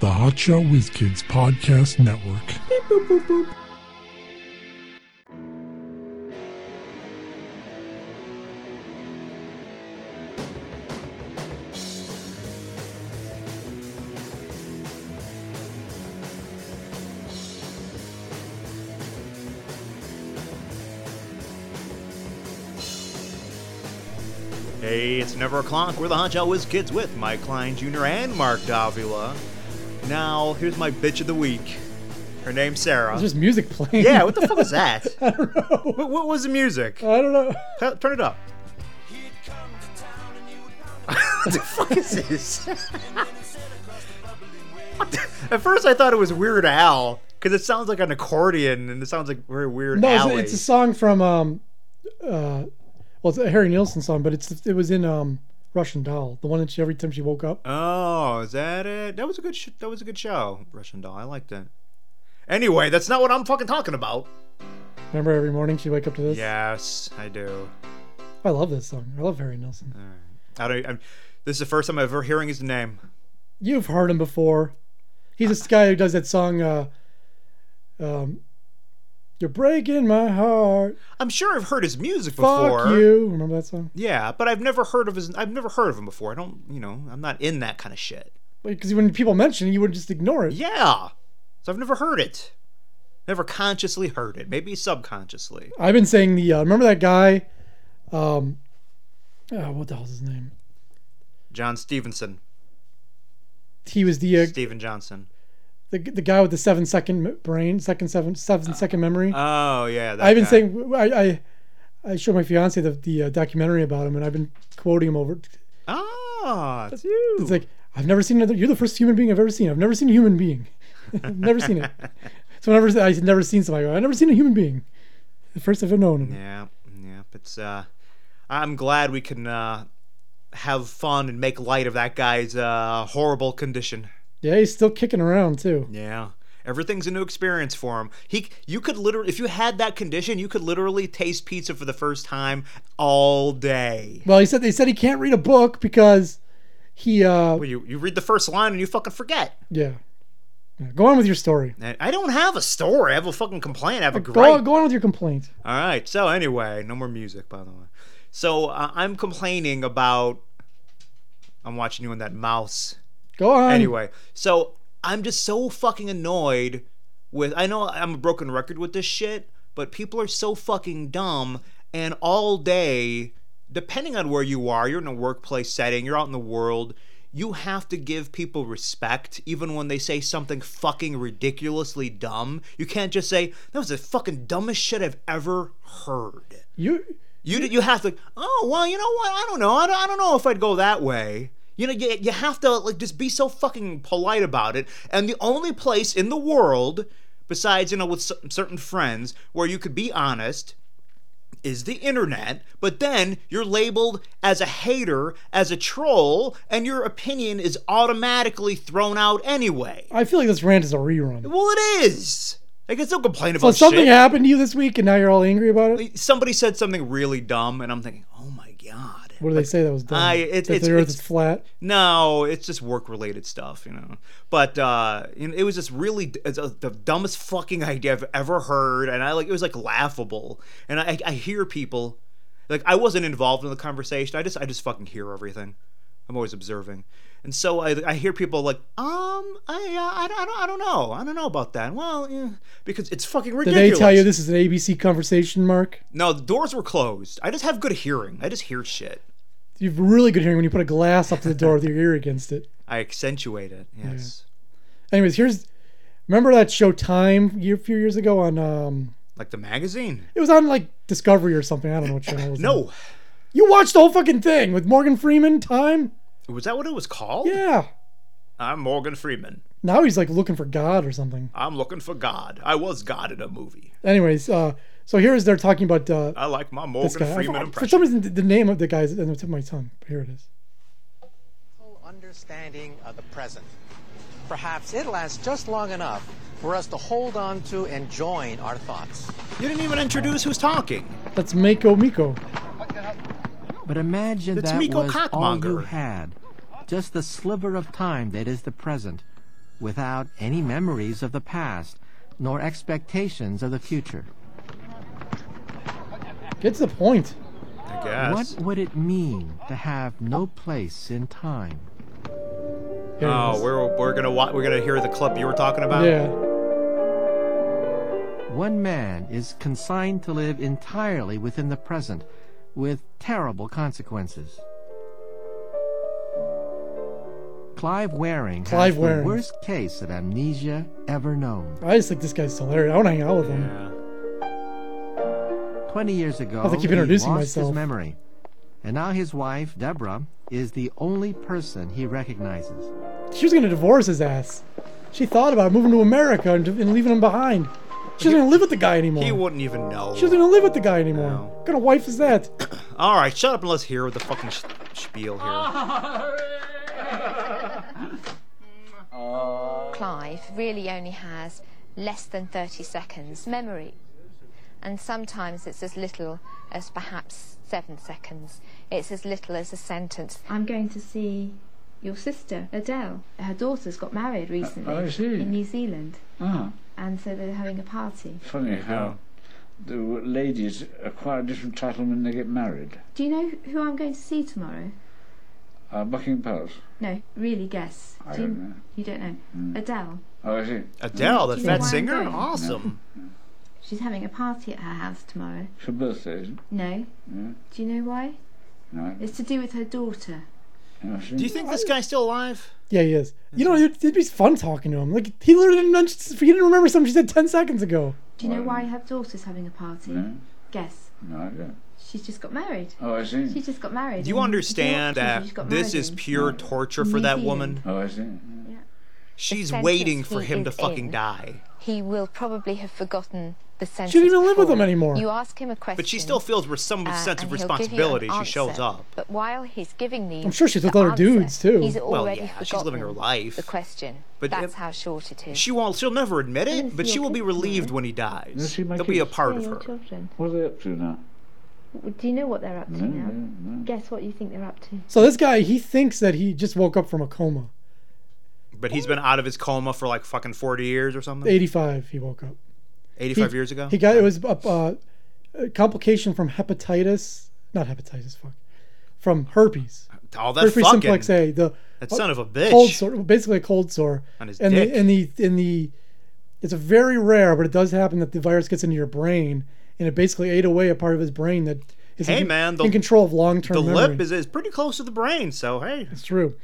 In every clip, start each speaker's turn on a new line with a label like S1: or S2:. S1: the Hotshot Whiz Kids Podcast Network.
S2: Hey, it's never o'clock. We're the Honcho Whiz Kids with Mike Klein Jr. and Mark Davila. Now, here's my bitch of the week. Her name's Sarah.
S3: There's music playing.
S2: Yeah, what the fuck was that?
S3: I don't know. Uh,
S2: What, what was the music?
S3: I don't know.
S2: Tu- turn it up. what the fuck is this? What the- At first, I thought it was Weird Al because it sounds like an accordion and it sounds like very Weird
S3: No,
S2: Al.
S3: it's, it's a song from um, uh, well, it's a Harry Nilsson song, but it's it was in um Russian Doll, the one that she every time she woke up.
S2: Oh, is that it? That was a good. Sh- that was a good show, Russian Doll. I liked it. Anyway, that's not what I'm fucking talking about.
S3: Remember every morning she would wake up to this.
S2: Yes, I do.
S3: I love this song. I love Harry Nilsson.
S2: All right. I don't. I'm, this is the first time I'm ever hearing his name.
S3: You've heard him before. He's this guy who does that song. Uh, um, you're breaking my heart.
S2: I'm sure I've heard his music
S3: Fuck
S2: before.
S3: you. Remember that song?
S2: Yeah, but I've never heard of his. I've never heard of him before. I don't. You know, I'm not in that kind of shit.
S3: Because when people mention it, you would just ignore it.
S2: Yeah. So I've never heard it. Never consciously heard it. Maybe subconsciously.
S3: I've been saying the uh, remember that guy, um, uh, what the hell's his name?
S2: John Stevenson.
S3: He was the, uh,
S2: Steven Johnson.
S3: the the guy with the seven second m- brain, second seven seven second memory.
S2: Oh yeah. Ah, That
S3: I've been
S2: guy.
S3: saying I I, I showed my fiance the the uh, documentary about him, and I've been quoting him over.
S2: Ah, it's you.
S3: It's like I've never seen another. You're the first human being I've ever seen. I've never seen a human being. I've never seen it. So whenever I say I've never seen somebody, I go, I've never seen a human being. The first I've ever known. him.
S2: Yeah, yeah. It's uh, I'm glad we can uh, have fun and make light of that guy's uh, horrible condition.
S3: Yeah, he's still kicking around too.
S2: Yeah. Everything's a new experience for him. He, you could literally, if you had that condition, you could literally taste pizza for the first time all day.
S3: Well, he said they said he can't read a book because he uh
S2: Well, you, you read the first line and you fucking forget.
S3: yeah. Yeah, Go on with your story.
S2: And I don't have a story. I have a fucking complaint. I have a gripe.
S3: Go, go on with your complaint.
S2: All right. So anyway, no more music, by the way. So uh, I'm complaining about. I'm watching you on that mouse.
S3: Go on.
S2: anyway, so I'm just so fucking annoyed with. I know I'm a broken record with this shit, but people are so fucking dumb. And all day, depending on where you are, you're in a workplace setting, you're out in the world, you have to give people respect even when they say something fucking ridiculously dumb. You can't just say, that was the fucking dumbest shit I've ever heard.
S3: You
S2: You you have to. Oh well, you know what? I don't know. I don't, I don't know if I'd go that way. You know, you, you have to like just be so fucking polite about it. And the only place in the world, besides you know with cer- certain friends, where you could be honest, is the internet. But then you're labeled as a hater, as a troll, and your opinion is automatically thrown out anyway.
S3: I feel like this rant is a rerun.
S2: Well, it is. I can still complain
S3: So
S2: about
S3: something
S2: shit.
S3: happened to you this week and now you're all angry about it?
S2: Somebody said something really dumb, and I'm thinking, oh my god.
S3: What do they say that was dumb?
S2: I- it's-
S3: that
S2: it's-
S3: the earth
S2: it's-
S3: is flat.
S2: No, it's just work related stuff, you know. But uh, you know, it was just really it's uh the dumbest fucking idea I've ever heard, and I like it was like laughable. And I, I hear people like I wasn't involved in the conversation. I just I just fucking hear everything. I'm always observing, and so I, I hear people like um I, I, I, don't, I don't know I don't know about that. Well, yeah, because it's fucking
S3: Did
S2: ridiculous.
S3: they tell you this is an ABC conversation, Mark?
S2: No, the doors were closed. I just have good hearing. I just hear shit.
S3: You have really good hearing when you put a glass up to the door with your ear against it.
S2: I accentuate it. Yes,
S3: Anyways, here's remember that show Time year- a few years ago on um
S2: like the magazine.
S3: it was on like Discovery or something. I don't know what channel it was. on.
S2: No.
S3: You watched the whole fucking thing with Morgan Freeman, Time?
S2: Was that what it was called?
S3: Yeah.
S2: I'm Morgan Freeman.
S3: Now he's like looking for God or something.
S2: I'm looking for God. I was God in a movie.
S3: Anyways, uh so here's they're talking about uh
S2: I like my
S3: this
S2: Morgan
S3: guy. I-
S2: Freeman
S3: I- for
S2: impression.
S3: some reason, the, the name of the guy's on the tip of my tongue. Here it is.
S4: full understanding of the present. Perhaps it lasts just long enough for us to hold on to and join our thoughts.
S2: You didn't even introduce who's talking.
S3: That's Mako Miko.
S5: But imagine
S2: That's
S5: that
S2: Miko
S5: was all you
S2: Cockmonger.
S5: had. Just the sliver of time that is the present. without any memories of the past nor expectations of the future.
S3: Gets the point.
S2: I guess.
S5: What would it mean to have no place in time?
S3: Here it
S2: Oh,
S3: is.
S2: we're we're gonna wa- we're gonna hear the clip you were talking about.
S3: yeah.
S5: One man is consigned to live entirely within the present with terrible consequences. Clive Waring
S3: Clive
S5: has
S3: Waring.
S5: the worst case of amnesia ever known.
S3: I just think this guy's hilarious. I want to hang out with him.
S2: Yeah.
S5: 20 years ago,
S3: have to keep
S5: he
S3: introducing
S5: lost
S3: myself.
S5: his memory. And now his wife, Deborah, is the only person he recognizes.
S3: She was gonna divorce his ass. She thought about moving to America and, and leaving him behind. She doesn't live with the guy anymore.
S2: He wouldn't even know.
S3: she doesn't live with the guy anymore.
S2: No.
S3: What kind of wife is that?
S2: All right, shut up and let's hear the fucking sh- spiel here.
S6: Clive really only has less than 30 seconds memory. And sometimes it's as little as perhaps seven seconds. It's as little as a sentence.
S7: I'm going to see your sister, Adele. Her daughter's got married recently
S8: I see.
S7: in New Zealand,
S8: Uh, oh. Ah,
S7: and so they're having a party.
S8: funny how the ladies acquire a different title when they get married.
S7: Do you know who I'm going to see tomorrow?
S8: Uh, Buckingham Palace.
S7: No, really guess.
S8: I
S7: Do you,
S8: don't know.
S7: you don't know. Adele.
S8: Oh, I see.
S2: Adele, that
S7: Do you know
S2: fat
S7: why I'm
S2: singer,
S7: going?
S2: awesome.
S7: She's having a party at her house tomorrow.
S8: It's her birthday, isn't it?
S7: No.
S8: Yeah.
S7: Do you know why?
S8: No.
S7: It's to do with her daughter.
S8: I see.
S2: Do you think this guy's still alive?
S3: yeah, he is. You know, it'd, it'd be fun talking to him. Like he literally didn't mention, he didn't remember something she said ten seconds ago.
S7: Do you know why her daughter's having a party?
S8: No,
S7: Guess.
S8: no, I don't.
S7: She's just got married.
S8: Oh, I see.
S7: She just got married.
S2: Do you
S7: in
S2: understand
S7: Yorkshire. She
S2: that
S7: just got
S2: this
S7: married
S2: is
S7: in-
S2: pure torture for that
S7: New
S2: woman?
S8: Oh, I see.
S2: She's
S6: sentence
S2: waiting for
S6: he
S2: him to
S6: is
S2: fucking
S6: in.
S2: die.
S6: He will probably have forgotten the sentence.
S3: even live with
S6: before.
S3: him anymore.
S6: You ask him a question.
S2: But she still feels with some
S6: uh,
S2: sense
S6: and he'll give
S2: of
S6: you an
S2: responsibility. She shows
S6: answer.
S2: up.
S6: But while he's giving the
S3: I'm sure she's with
S6: the
S3: other
S6: answer,
S3: dudes, too.
S6: He's
S3: Well,
S2: Well,
S6: already
S2: yeah, she's
S6: forgotten
S2: living her life.
S6: The question.
S2: But
S6: But that's
S2: if-
S6: how short it is.
S2: She won't. She'll never admit it,
S7: Doesn't
S2: but
S7: feel
S2: she will be
S7: good, does
S2: relieved
S7: it?
S2: when he dies.
S8: Does she make
S2: There'll be a
S8: it-
S2: part
S7: Yeah,
S2: of
S7: your
S2: her.
S7: children.
S8: What are they up to now?
S7: W- Do you know what they're up to
S8: No,
S7: now?
S8: no, no.
S7: Guess what you think they're up to?
S3: So this guy, he thinks that he just woke up from a coma.
S2: But he's been out of his coma for like fucking forty years or something.
S3: 85, he woke up.
S2: Eighty-five years ago.
S3: He got it was a, uh, a complication from hepatitis, not hepatitis, fuck, from herpes.
S2: All that
S3: herpes
S2: fucking.
S3: simplex A. The uh,
S2: That son of a bitch.
S3: cold sore, basically a cold sore.
S2: On his
S3: and
S2: dick.
S3: the and the and the it's a very rare, but it does happen that the virus gets into your brain and it basically ate away a part of his brain that is
S2: Hey,
S3: in,
S2: man, the-
S3: in control of long term
S2: the
S3: memory.
S2: lip is, is pretty close to the brain, so hey,
S3: it's true.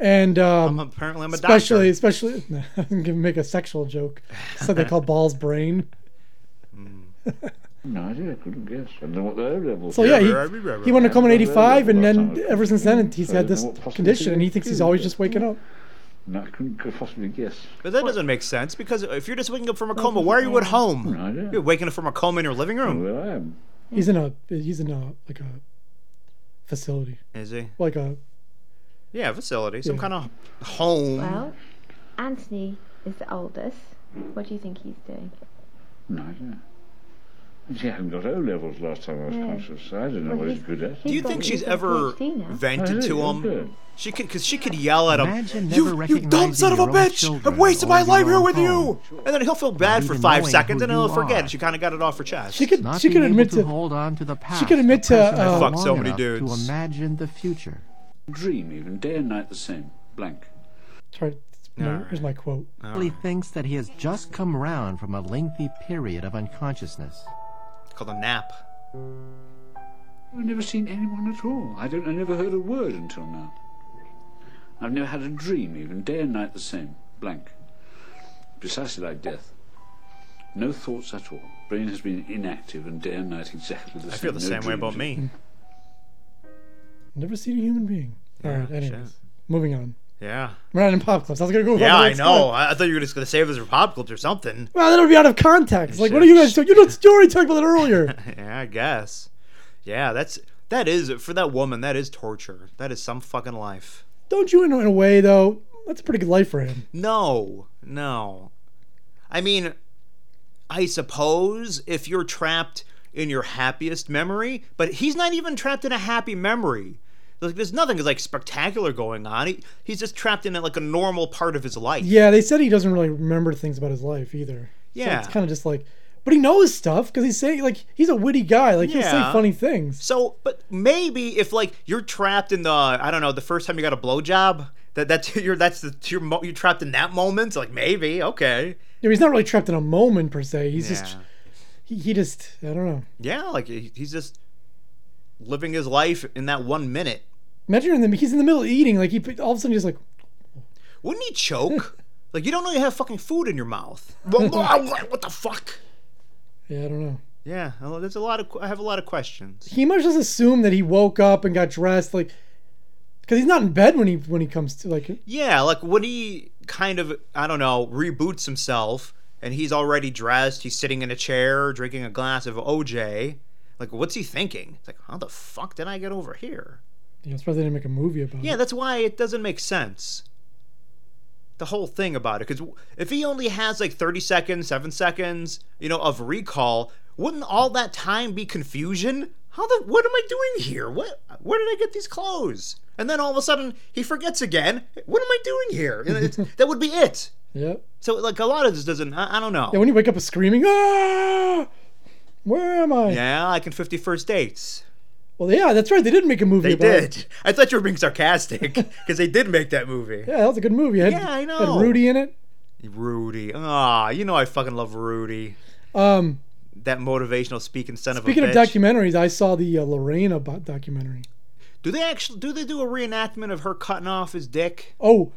S3: And um,
S2: I'm, apparently I'm a
S3: especially
S2: doctor.
S3: especially I'm gonna make a sexual joke. Something called balls brain.
S8: No idea. I couldn't guess. I don't know what the O level.
S3: So yeah, he,
S2: right, right, right,
S3: he went to
S8: right.
S3: come in
S8: Right, right,
S3: '85, and
S8: right,
S3: then
S8: right.
S3: ever since then he's
S8: Right,
S3: had this
S8: right, right, right.
S3: condition, and he thinks he's always just waking up.
S8: No, I couldn't could possibly guess.
S2: But that doesn't make sense because if you're just waking up from a coma, why are you at home?
S8: No idea.
S2: You're waking up from a coma in your living room.
S8: Well, I am.
S3: He's in a he's in a like a facility,
S2: Is he?
S3: like a
S2: Yeah, facility, some
S3: Yeah.
S2: kind of home.
S7: Well, Anthony is the oldest. What do you think he's doing?
S8: No idea. She hadn't got O levels last time I was
S7: Yeah.
S8: conscious. So I don't know
S7: Well,
S8: what he's
S7: he's-
S8: good at.
S7: he's
S2: Do you
S7: got-
S2: think
S7: he's
S2: she's
S7: got
S2: ever
S7: PhD now.
S2: vented to
S8: Oh, yeah,
S2: him?
S8: good.
S2: She could, cause she could yell at him.
S5: Imagine never
S2: you, you dumb
S5: recognizing
S2: son of a
S5: your own
S2: bitch! I've
S5: children
S2: wasted my
S5: or
S2: life
S5: your
S2: here
S5: own
S2: with you.
S5: home.
S2: And then he'll feel bad for
S5: even
S2: five
S5: knowing
S2: seconds,
S5: who
S2: and then he'll
S5: you
S2: forget
S5: are.
S2: it. She kind of got it off her chest.
S3: she could
S5: Not
S3: she could
S5: being able
S3: admit
S5: to,
S3: to
S5: hold on to the past.
S3: could admit
S5: the
S3: to,
S5: present
S3: uh,
S5: is
S2: Fuck so
S5: long
S2: many
S5: enough
S2: dudes.
S5: To imagine the future.
S8: Dream even day and night the same. Blank.
S3: sorry, no, here's my quote.
S5: He thinks that he has just come round from a lengthy period of unconsciousness.
S2: It's called a nap.
S8: I've never seen anyone at all. I don't. I never heard a word until now. I've never had a dream, even day and night the same. Blank. Precisely like death. No thoughts at all. Brain has been inactive and day and night exactly the
S2: I
S8: same.
S2: feel the
S8: No
S2: same way about
S8: dreams.
S2: me.
S3: Never seen a human being. All
S5: Ah,
S3: right, anyways,
S2: shit.
S3: moving on.
S2: Yeah.
S3: We're not in pop clips. I was gonna go.
S2: Yeah,
S3: about the
S2: I
S3: next
S2: know.
S3: clip.
S2: I, I thought you were just gonna save us for pop clips or something.
S3: Well, that'll be out of context. Like,
S2: Shit.
S3: what are you guys doing? You know, you already talked about that earlier.
S2: Yeah, I guess. Yeah, that's that is for that woman. That is torture. That is some fucking life.
S3: Don't you? In, in a way, though, that's a pretty good life for him.
S2: No, no. I mean, I suppose if you're trapped in your happiest memory, but he's not even trapped in a happy memory. Like, there's nothing like spectacular going on. He, he's just trapped in like a normal part of his life.
S3: Yeah, they said he doesn't really remember things about his life either.
S2: Yeah.
S3: so it's kind of just like, but he knows stuff because he's saying like he's a witty guy. Like he'll
S2: Yeah.
S3: say funny things.
S2: So, but maybe if like you're trapped in the I don't know the first time you got a blowjob that that's your that's the your mo- you're trapped in that moment. Like maybe okay,
S3: You know, he's not really trapped in a moment per se. He's just
S2: Yeah.
S3: he, he just I don't know.
S2: yeah, like he- he's just living his life in that one minute.
S3: Imagine in the he's in the middle of eating like he all of a sudden he's like
S2: Wouldn't he choke? like you don't know you have fucking food in your mouth. what the fuck?
S3: yeah I don't know.
S2: Yeah, well, there's a lot of I have a lot of questions.
S3: He must just assume that he woke up and got dressed like because he's not in bed when he when he comes to like
S2: Yeah, like when he kind of, I don't know, reboots himself and he's already dressed, he's sitting in a chair drinking a glass of OJ. Like, what's he thinking? It's like, how the fuck did I get over here?
S3: you know, it's probably they didn't make a movie about.
S2: Yeah,
S3: it.
S2: that's why it doesn't make sense. The whole thing about it. Because if he only has like 30 seconds, 7 seconds, you know, of recall, wouldn't all that time be confusion? How the, what am I doing here? What, where did I get these clothes? And then all of a sudden he forgets again. What am I doing here? You know, it's, that would be it.
S3: yeah.
S2: So, like, a lot of this doesn't, I, I don't know.
S3: Yeah, when you wake up screaming, ah, where am I?
S2: Yeah, like in 51st Dates.
S3: Well, yeah, that's right. They did make a
S2: They
S3: movie. about it.
S2: did. I thought you were being sarcastic because they did make that movie.
S3: Yeah, that was a good movie. It Had,
S2: Yeah, I
S3: it
S2: know.
S3: Had Rudy in it.
S2: Rudy. Ah, you know I fucking love Rudy.
S3: Um,
S2: that motivational speaking son
S3: speaking
S2: of a
S3: of
S2: bitch.
S3: documentaries, I saw the uh, Lorena bo- documentary.
S2: do they actually do they do a reenactment of her cutting off his dick?
S3: Oh,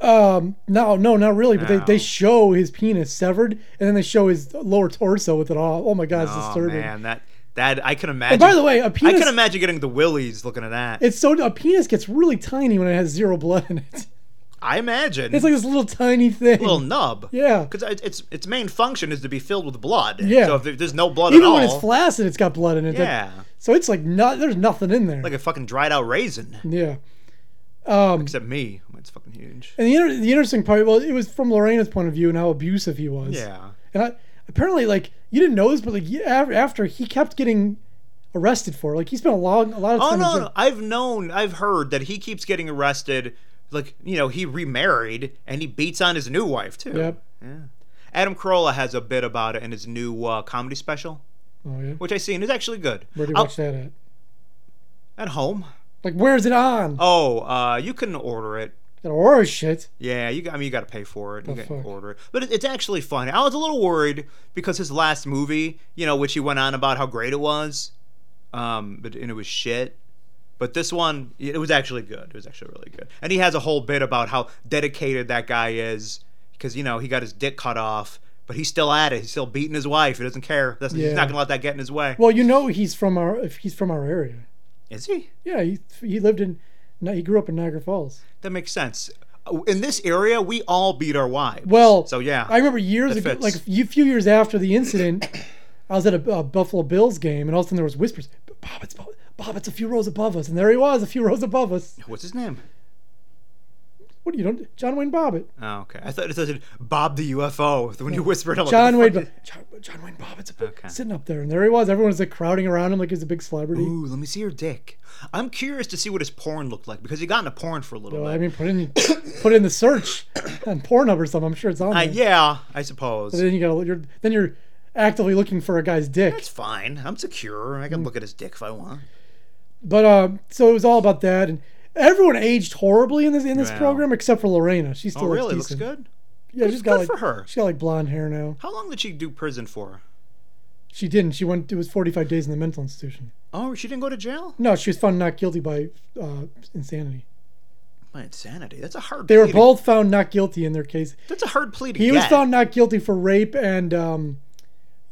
S3: um, no, no, not really. But
S2: No.
S3: they, they show his penis severed, and then they show his lower torso with it all. Oh my God, it's
S2: oh
S3: disturbing.
S2: man, that that I can imagine.
S3: And by the way, a
S2: I
S3: penis.
S2: can imagine getting the willies looking at that.
S3: It's so a penis gets really tiny when it has zero blood in it.
S2: I imagine
S3: It's like this little tiny thing.
S2: little nub.
S3: Yeah.
S2: because its its main function is to be filled with blood.
S3: Yeah.
S2: so if there- there's no blood at
S3: Even
S2: all,
S3: when it's flaccid, it's got blood in it. Like-
S2: yeah,
S3: so it's like not. There's nothing in there.
S2: like a fucking dried out raisin.
S3: yeah. Um,
S2: Except me, mine's fucking huge.
S3: And the, inter- the interesting part, well, it was from Lorena's point of view and how abusive he was.
S2: Yeah,
S3: And I, apparently, like, you didn't know this, but like, yeah, af- after he kept getting arrested for, it. like, he spent a long, a lot of
S2: Oh
S3: time. in
S2: no,
S3: jail.
S2: no, I've known, I've heard that he keeps getting arrested. Like you know, he remarried and he beats on his new wife too.
S3: Yep.
S2: Yeah. Adam Carolla has a bit about it in his new uh, comedy special,
S3: Oh yeah.
S2: which I seen is actually good.
S3: Where do you
S2: I'll-
S3: watch that at?
S2: At home.
S3: Like, where is it on?
S2: Oh, uh, you can order it.
S3: That horror shit.
S2: Yeah, you. got- I mean, you got to pay for it. You
S3: Oh,
S2: can
S3: fuck.
S2: order it, but it, it's actually funny. I was a little worried because his last movie, you know, which he went on about how great it was, um, but and it was shit. But this one, it was actually good. It was actually really good. And he has a whole bit about how dedicated that guy is because you know he got his dick cut off, but he's still at it. He's still beating his wife. He doesn't care. That's, He's
S3: Yeah.
S2: not gonna let that get in his way.
S3: Well, you know, he's from our, if he's from our area.
S2: Is he?
S3: Yeah, he he lived in, no, he grew up in Niagara Falls.
S2: That makes sense. In this area, we all beat our wives.
S3: Well,
S2: so yeah,
S3: I remember years
S2: That
S3: ago,
S2: fits.
S3: like a few few years after the incident, I was at a, a Buffalo Bills game, and all of a sudden there was whispers, "Bob, it's Bob, Bob, it's a few rows above us," and there he was, a few rows above us.
S2: What's his name?
S3: What do you don't, John Wayne Bobbitt,
S2: Oh, okay. I thought it said Bob the UFO when you whispered. I'm like,
S3: John
S2: "The
S3: Wayne,
S2: fuck
S3: Bo- John, John Wayne Bobbitt's a big-
S2: Okay.
S3: sitting up there, and there he was. Everyone was like crowding around him like he was a big celebrity.
S2: is-" Ooh, let me see your dick. I'm curious to see what his porn looked like because he got into porn for a little
S3: Well,
S2: bit.
S3: I mean, put in put in the search on Pornhub or something. I'm sure it's on
S2: Uh,
S3: there.
S2: yeah, I suppose.
S3: But then you got you're then you're actively looking for a guy's dick.
S2: That's fine. I'm secure.
S3: Mm.
S2: I can look at his dick if I want.
S3: But um, so it was all about that, and everyone aged horribly in this in this
S2: Wow.
S3: program except for Lorena. She still
S2: Oh, really?
S3: looks
S2: Looks
S3: decent.
S2: good.
S3: Yeah,
S2: Good-
S3: she's got
S2: good
S3: like
S2: for her.
S3: She got like blonde hair now.
S2: How long did she do prison for?
S3: She didn't. She went. It was forty five days in the mental institution.
S2: Oh, she didn't go to jail.
S3: No, she was found not guilty by uh, insanity.
S2: My insanity. That's a hard.
S3: They were
S2: plea to-
S3: both found not guilty in their case.
S2: That's a hard plea to
S3: He
S2: get.
S3: was found not guilty for rape and um,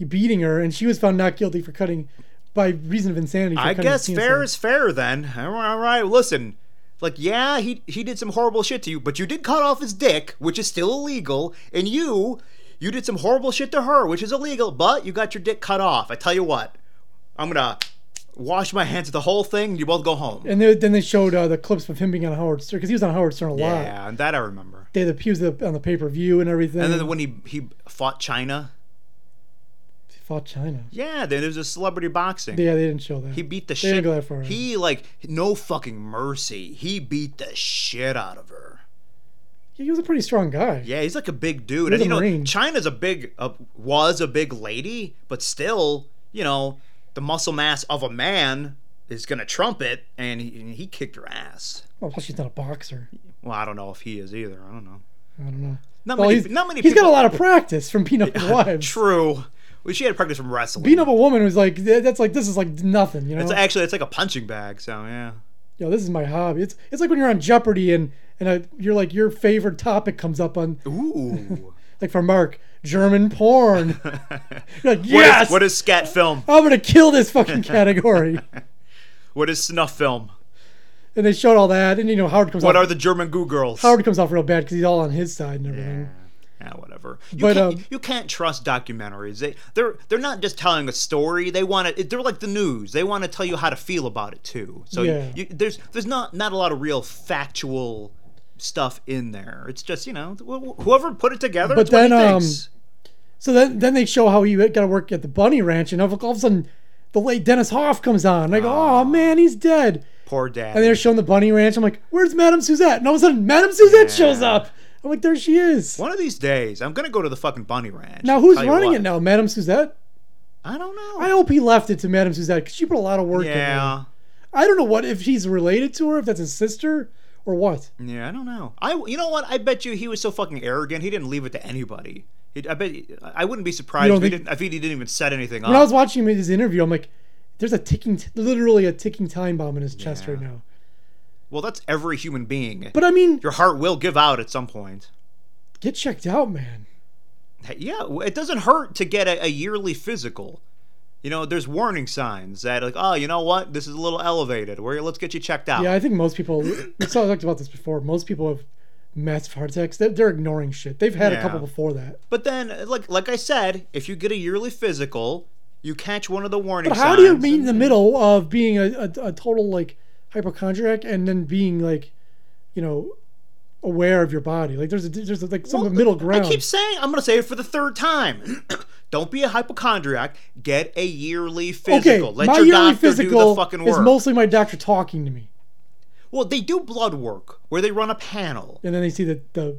S3: beating her, and she was found not guilty for cutting by reason of insanity. For
S2: I
S3: cutting
S2: guess
S3: penis
S2: fair
S3: off.
S2: is fair then. All right, all right, listen. Like, yeah, he he did some horrible shit to you, but you did cut off his dick, which is still illegal, and you you did some horrible shit to her, which is illegal, but you got your dick cut off. I tell you what, I'm gonna wash my hands of the whole thing. and You both go home.
S3: And they, then they showed uh, the clips of him being on Howard Stern because he was on Howard Stern a lot.
S2: Yeah, and that I remember.
S3: They had the, he was on the pay per view and everything.
S2: And then when he he fought China,
S3: fought China.
S2: Yeah, then there's a celebrity boxing.
S3: Yeah, they didn't show that.
S2: He beat the
S3: They
S2: shit.
S3: didn't go that far.
S2: He like no fucking mercy. He beat the shit out of her.
S3: he was a pretty strong guy.
S2: Yeah, he's like a big dude,
S3: He
S2: and
S3: was a
S2: you know,
S3: Marine.
S2: China's a big uh, was a big lady, but still, you know, the muscle mass of a man is gonna trump it, and he, and he kicked her ass.
S3: Well, plus he's not a boxer.
S2: Well, I don't know if he is either. I don't know.
S3: I don't know.
S2: Not
S3: Well,
S2: many.
S3: he's,
S2: Not many.
S3: he's
S2: people,
S3: got a lot of practice from beating up wives.
S2: True. Well, she had practice from wrestling.
S3: Beating up a woman was like that- that's like this is like nothing, you know.
S2: It's actually it's like a punching bag. So yeah.
S3: Yo, this is my hobby. It's it's like when you're on Jeopardy and and uh you're like your favorite topic comes up on
S2: Ooh.
S3: like for Mark German porn. you're like
S2: What is-
S3: yes,
S2: what is scat film?
S3: I'm gonna kill this fucking category.
S2: What is snuff film?
S3: and they showed all that, and you know Howard comes
S2: What
S3: off,
S2: are the German goo girls?
S3: Howard comes off real bad because he's all on his side and everything.
S2: Yeah, Eh, whatever. You,
S3: But,
S2: can't,
S3: um,
S2: you can't trust documentaries. They they're they're not just telling a story. They want to. They're like the news. They want to tell you how to feel about it too. So you-
S3: Yeah.
S2: you, there's there's not not a lot of real factual stuff in there. It's just you know wh- wh- whoever put it together.
S3: But
S2: it's what he
S3: then, um,
S2: thinks.
S3: So then, then they show how he got to work at the bunny ranch, and all of a sudden, the late Dennis Hoff comes on. And I go,
S2: Ah.
S3: oh man, he's dead.
S2: poor dad.
S3: And they're showing the bunny ranch. I'm like, where's Madame Suzette? And all of a sudden, Madame Suzette shows up. I'm like, there she is.
S2: One of these days, I'm gonna go to the fucking bunny ranch.
S3: Now
S2: I'll
S3: who's
S2: tell you
S3: running
S2: what.
S3: it now? Madame Suzette.
S2: I don't know.
S3: I hope he left it to Madame Suzette because she put a lot of work. in
S2: yeah.
S3: there. I don't know what if he's related to her, if that's his sister or what.
S2: Yeah, I don't know. I you know what? I bet you he was so fucking arrogant. He didn't leave it to anybody. He, I bet I wouldn't be surprised
S3: You
S2: if
S3: don't
S2: he,
S3: think-
S2: didn't, if he didn't even set anything up.
S3: When I was watching his interview, I'm like, there's a ticking, t- literally a ticking time bomb in his chest right now.
S2: well, that's every human being.
S3: But I mean,
S2: Your heart will give out at some point.
S3: get checked out, man.
S2: Hey, Yeah, w- it doesn't hurt to get a, a yearly physical. You know, there's warning signs that like, oh, you know what? This is a little elevated. Where let's get you checked out.
S3: Yeah, I think most people. We saw- talked about this before. Most people have massive heart attacks. They're, they're ignoring shit. They've had a
S2: Yeah.
S3: couple before that.
S2: But then, like like I said, if you get a yearly physical, you catch one of the warning
S3: But
S2: signs.
S3: how do you meet in
S2: and-
S3: the middle of being a, a, a total like hypochondriac and then being like, you know, aware of your body? Like there's a there's a, like some
S2: Well,
S3: middle ground.
S2: I keep saying I'm going to say it for the third time. Don't be a hypochondriac. Get a yearly physical.
S3: okay,
S2: Let
S3: my
S2: your
S3: yearly
S2: doctor do the
S3: physical
S2: fucking
S3: is
S2: work.
S3: mostly my doctor talking to me,
S2: well, they do blood work where they run a panel.
S3: and then they see that the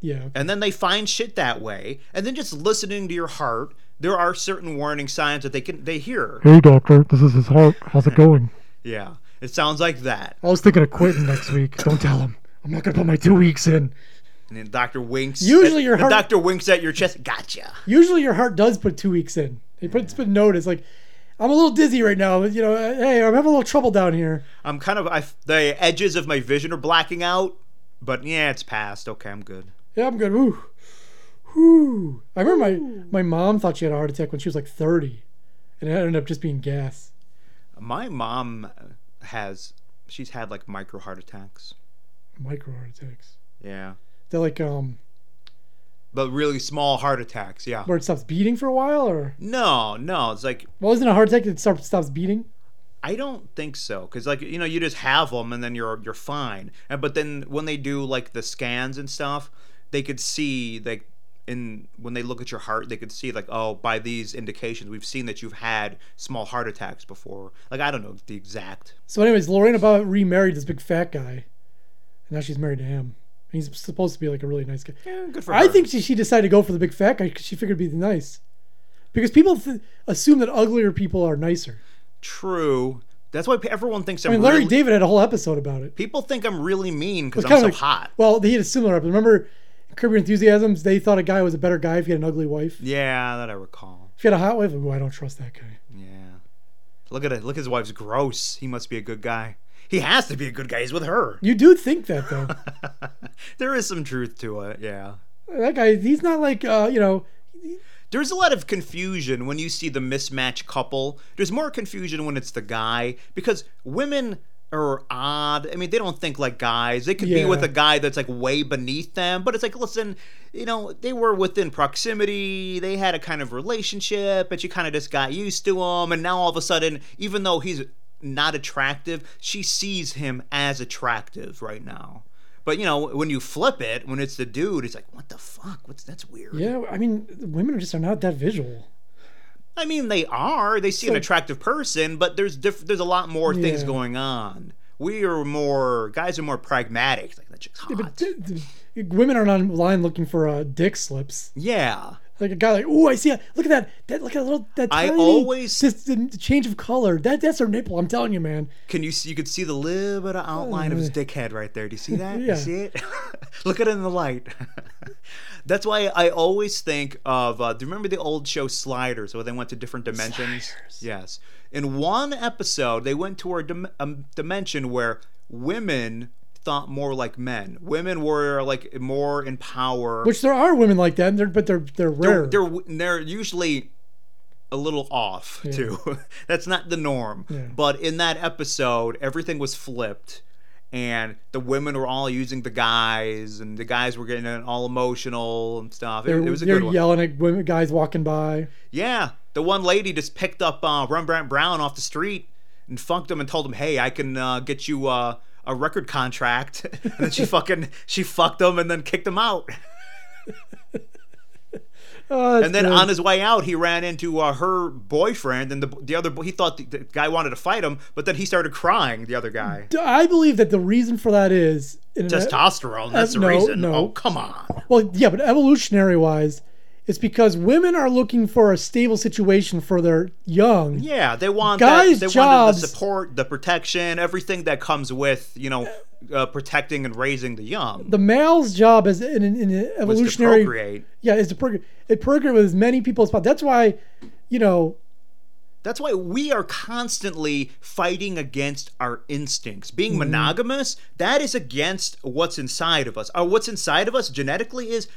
S3: yeah.
S2: And then they find shit that way. And then just listening to your heart, there are certain warning signs that they can they hear.
S1: Hey, doctor, this is his heart. How's it going?
S2: Yeah. It sounds like that.
S1: I was thinking of quitting next week. Don't tell him. I'm not gonna put my two weeks in.
S2: And then doctor winks.
S3: Usually
S2: at-
S3: your
S2: the
S3: heart-
S2: doctor winks at your chest. Gotcha.
S3: Usually your heart does put two weeks in. They put it's been noticed like. I'm a little dizzy right now. You know, hey, I'm having a little trouble down here.
S2: I'm kind of I, the edges of my vision are blacking out, but yeah, it's past. Okay, I'm good.
S3: Yeah, I'm good. Woo. Woo. I remember my, my mom thought she had a heart attack when she was like 30, and it ended up just being gas.
S2: My mom has she's had like micro heart attacks.
S3: Micro heart attacks.
S2: Yeah.
S3: They're like, um,
S2: But really small heart attacks, yeah.
S3: where it stops beating for a while, or
S2: No, no, it's like
S3: well, isn't a heart attack that start, stops beating?
S2: I don't think so cuz like you know you just have them and then you're you're fine. And but then when they do like the scans and stuff, they could see like in when they look at your heart, they could see like oh by these indications we've seen that you've had small heart attacks before. Like I don't know the exact.
S3: So, anyways, Lorraine about remarried this big fat guy, and now she's married to him. And he's supposed to be like a really nice guy.
S2: Eh, good for
S3: I
S2: her.
S3: think she, she decided to go for the big fat guy because she figured it'd be nice. Because people th- assume that uglier people are nicer.
S2: true. That's why everyone thinks
S3: I
S2: I'm
S3: mean, Larry
S2: really-
S3: David had a whole episode about it.
S2: People think I'm really mean because
S3: It's
S2: I'm
S3: kinda
S2: so
S3: like-
S2: hot.
S3: Well, he had a similar episode. Remember, Curb Your Enthusiasms? They thought a guy was a better guy if he had an ugly wife.
S2: Yeah, that I recall.
S3: If he had a hot wife, ooh, I don't trust that guy.
S2: Yeah. Look at it. Look, his wife's gross. He must be a good guy. He has to be a good guy. He's with her.
S3: You do think that though.
S2: There is some truth to it. Yeah.
S3: that guy, he's not like uh, you know.
S2: There's a lot of confusion when you see the mismatched couple. There's more confusion when it's the guy because women are odd. I mean, they don't think like guys. They could be
S3: Yeah.
S2: with a guy that's like way beneath them, but it's like, listen, you know, they were within proximity. They had a kind of relationship, but you kind of just got used to him. And now all of a sudden, even though he's not attractive, she sees him as attractive right now. But you know, when you flip it, when it's the dude, it's like, what the fuck? What's that's weird.
S3: Yeah, I mean, women are just are not that visual.
S2: I mean, they are. They see an
S3: like-
S2: attractive person, but there's diff- there's a lot more things
S3: Yeah.
S2: going on. We are more guys are more pragmatic. It's Like that chick's hot. Yeah,
S3: But d- d- women aren't online looking for uh, dick slips. Like a guy, like, ooh, I see it. Look at that. That look at that little that
S2: I
S3: tiny
S2: always-
S3: just the the change of color. That that's her nipple. I'm telling you, man.
S2: Can you see? You could see the little bit of outline of his dickhead right there. Do you see that?
S3: Yeah.
S2: You see it? Look at it in the light. That's why I always think of. Uh, do you remember the old show Sliders, where they went to different dimensions? Yes. In one episode, they went to a, dim- a dimension where women thought more like men. Women were like more in power.
S3: Which there are women like that, and they're, but they're they're rare.
S2: they're, they're they're usually a little off too. That's not the norm. But in that episode, everything was flipped, and the women were all using the guys, and the guys were getting all emotional and stuff. It,
S3: They're-
S2: it was a
S3: they're
S2: good one.
S3: yelling at women, guys walking by.
S2: Yeah, the one lady just picked up uh, Rembrandt Brown off the street and funked him and told him, "Hey, I can uh, get you uh, a record contract." and then she fucking she fucked him and then kicked him out.
S3: Oh, that's
S2: And then
S3: good.
S2: on his way out, he ran into uh, her boyfriend, and the the other boy- he thought the, the guy wanted to fight him, but then he started crying. The other guy,
S3: D- I believe that the reason for that is in an-
S2: testosterone. That's the
S3: no,
S2: reason.
S3: no.
S2: Oh come on.
S3: well, yeah, but evolutionary wise, it's because women are looking for a stable situation for their young.
S2: Yeah, they want
S3: Guys'
S2: that. They wanted
S3: jobs-
S2: the support, the protection, everything that comes with you know uh, protecting and raising the young.
S3: The male's job is in, in, in an
S2: was to
S3: evolutionary
S2: procreate.
S3: Yeah, is to procreate. It procreate with as many people as possible. That's why, you know,
S2: That's why we are constantly fighting against our instincts.
S3: Mm-hmm.
S2: Being monogamous, that is against what's inside of us. Uh, what's inside of us genetically is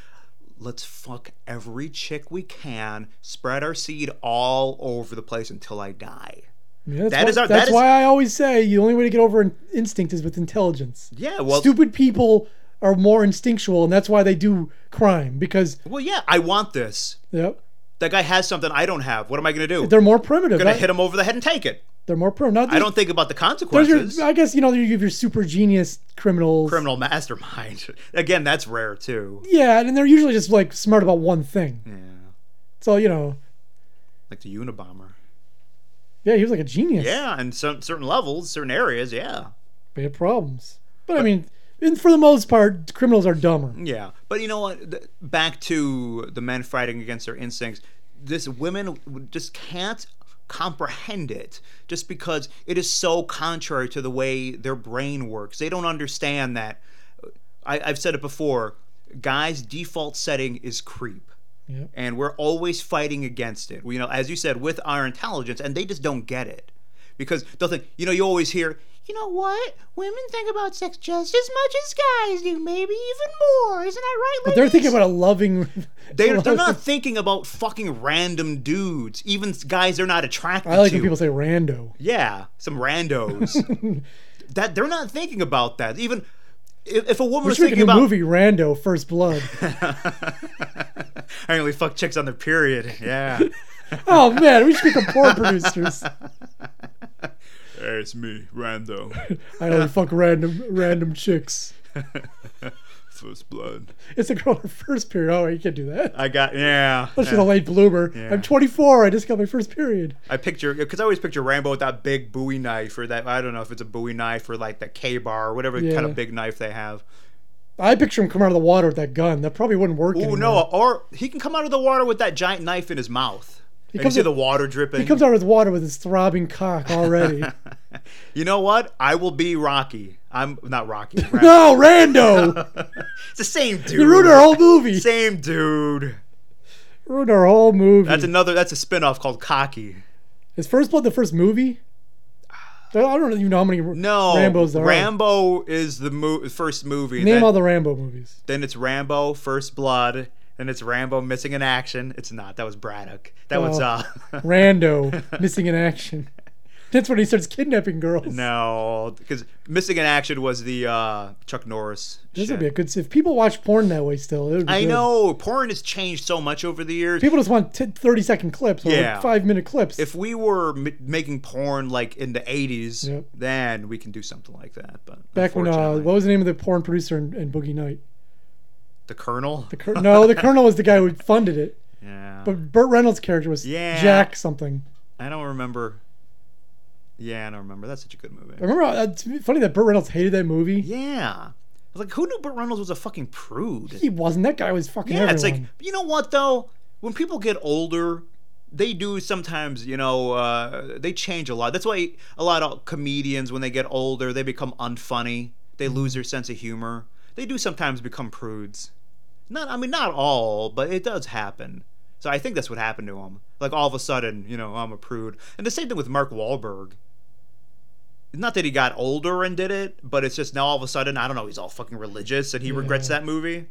S2: let's fuck every chick we can, spread our seed all over the place until I die.
S3: yeah, that's,
S2: That
S3: why,
S2: is our- that
S3: that's
S2: is-
S3: why I always say the only way to get over in- instinct is with intelligence.
S2: Yeah, well,
S3: Stupid people are more instinctual, and that's why they do crime because
S2: well, yeah, I want this.
S3: yep,
S2: That guy has something I don't have. What am I going to do?
S3: they're more primitive.
S2: going to
S3: That-
S2: hit him over the head and take it.
S3: They're more primitive.
S2: I don't think about the
S3: Those are-
S2: consequences.
S3: I guess you know you have your super genius criminals.
S2: Criminal mastermind. Again, that's rare too.
S3: Yeah, and they're usually just like smart about one thing.
S2: Yeah.
S3: So you know,
S2: Like the Unabomber.
S3: yeah, he was like a genius.
S2: Yeah, and some certain levels, certain areas, yeah.
S3: but he had problems. But I mean, and for the most part, criminals are dumber.
S2: Yeah. But you know what? Th- Back to the men fighting against their instincts. This women w- just can't comprehend it just because it is so contrary to the way their brain works. They don't understand that. I, I've said it before guys' default setting is creep.
S3: Yep.
S2: And we're always fighting against it. We, you know, as you said, with our intelligence, and they just don't get it. Because they'll think, you know, you always hear, you know what? Women think about sex just as much as guys do, maybe even more. Isn't that right?
S3: But they're thinking about a loving.
S2: They're, they're not thinking about fucking random dudes, even s- guys they're not attracted
S3: I like
S2: to.
S3: when people say rando.
S2: yeah, some randos. that they're not thinking about that. Even if, if a woman
S3: We
S2: was
S3: should make a
S2: thinking
S3: new
S2: about,
S3: movie, Rando First Blood.
S2: I only fuck chicks on their period. Yeah,
S3: oh man, we should become porn producers.
S2: hey, it's me, rando.
S3: I only fuck random random chicks.
S2: First blood.
S3: It's a girl in her first period. Oh, you can't do that.
S2: I got yeah.
S3: Unless she's a late bloomer. I'm 24. I just got my first period.
S2: I picture because I always picture Rambo with that big Bowie knife or that I don't know if it's a Bowie knife or like that K bar or whatever
S3: Yeah.
S2: kind of big knife they have.
S3: I picture him come out of the water with that gun. That probably wouldn't work.
S2: Oh
S3: anymore.
S2: no! Or he can come out of the water with that giant knife in his mouth. and you
S3: comes
S2: see
S3: out-
S2: the water dripping.
S3: He comes out with water with his throbbing cock already.
S2: You know what? I will be Rocky. I'm not Rocky. Rambo.
S3: no, Rando!
S2: it's the same dude.
S3: You ruined our whole movie.
S2: Same dude.
S3: Ruined our whole movie.
S2: That's another. That's a spinoff called Cocky.
S3: Is First Blood the first movie? I don't even know how many
S2: No,
S3: Rambos there are.
S2: Rambo is the mo- first movie.
S3: Name
S2: then-
S3: all the Rambo movies.
S2: Then it's Rambo First Blood. Then it's Rambo Missing in Action. It's not. That was Braddock. That was
S3: Oh.
S2: uh.
S3: Rando, missing in action. That's when he starts kidnapping girls.
S2: no, because Missing in Action was the uh Chuck Norris.
S3: This
S2: shit.
S3: would be a good. If people watch porn that way still, it would be
S2: I
S3: good.
S2: know porn has changed so much over the years.
S3: People just want t- 30 second clips or
S2: Yeah.
S3: like five minute clips.
S2: if we were m- making porn like in the 80s,
S3: Yep.
S2: then we can do something like that. But
S3: Back when, uh,
S2: unfortunately-
S3: what was the name of the porn producer in, in Boogie Night?
S2: the Colonel,
S3: The Col- no, the Colonel was the guy who funded it.
S2: Yeah.
S3: But Burt Reynolds' character was
S2: Yeah.
S3: Jack something.
S2: I don't remember. Yeah, I don't remember. That's such a good movie.
S3: I remember uh, it's funny that Burt Reynolds hated that movie.
S2: Yeah. I was like, who knew Burt Reynolds was a fucking prude?
S3: He wasn't. That guy was fucking
S2: yeah,
S3: everyone.
S2: it's like you know what though? When people get older, they do sometimes, you know, uh, they change a lot. That's why a lot of comedians, when they get older, they become unfunny. They
S3: Mm-hmm.
S2: lose their sense of humor. They do sometimes become prudes. Not, I mean, not all, but it does happen. So I think that's what happened to him. Like all of a sudden, you know, I'm a prude. And the same thing with Mark Wahlberg. Not that he got older and did it, but it's just now all of a sudden, I don't know, he's all fucking religious and he regrets that movie.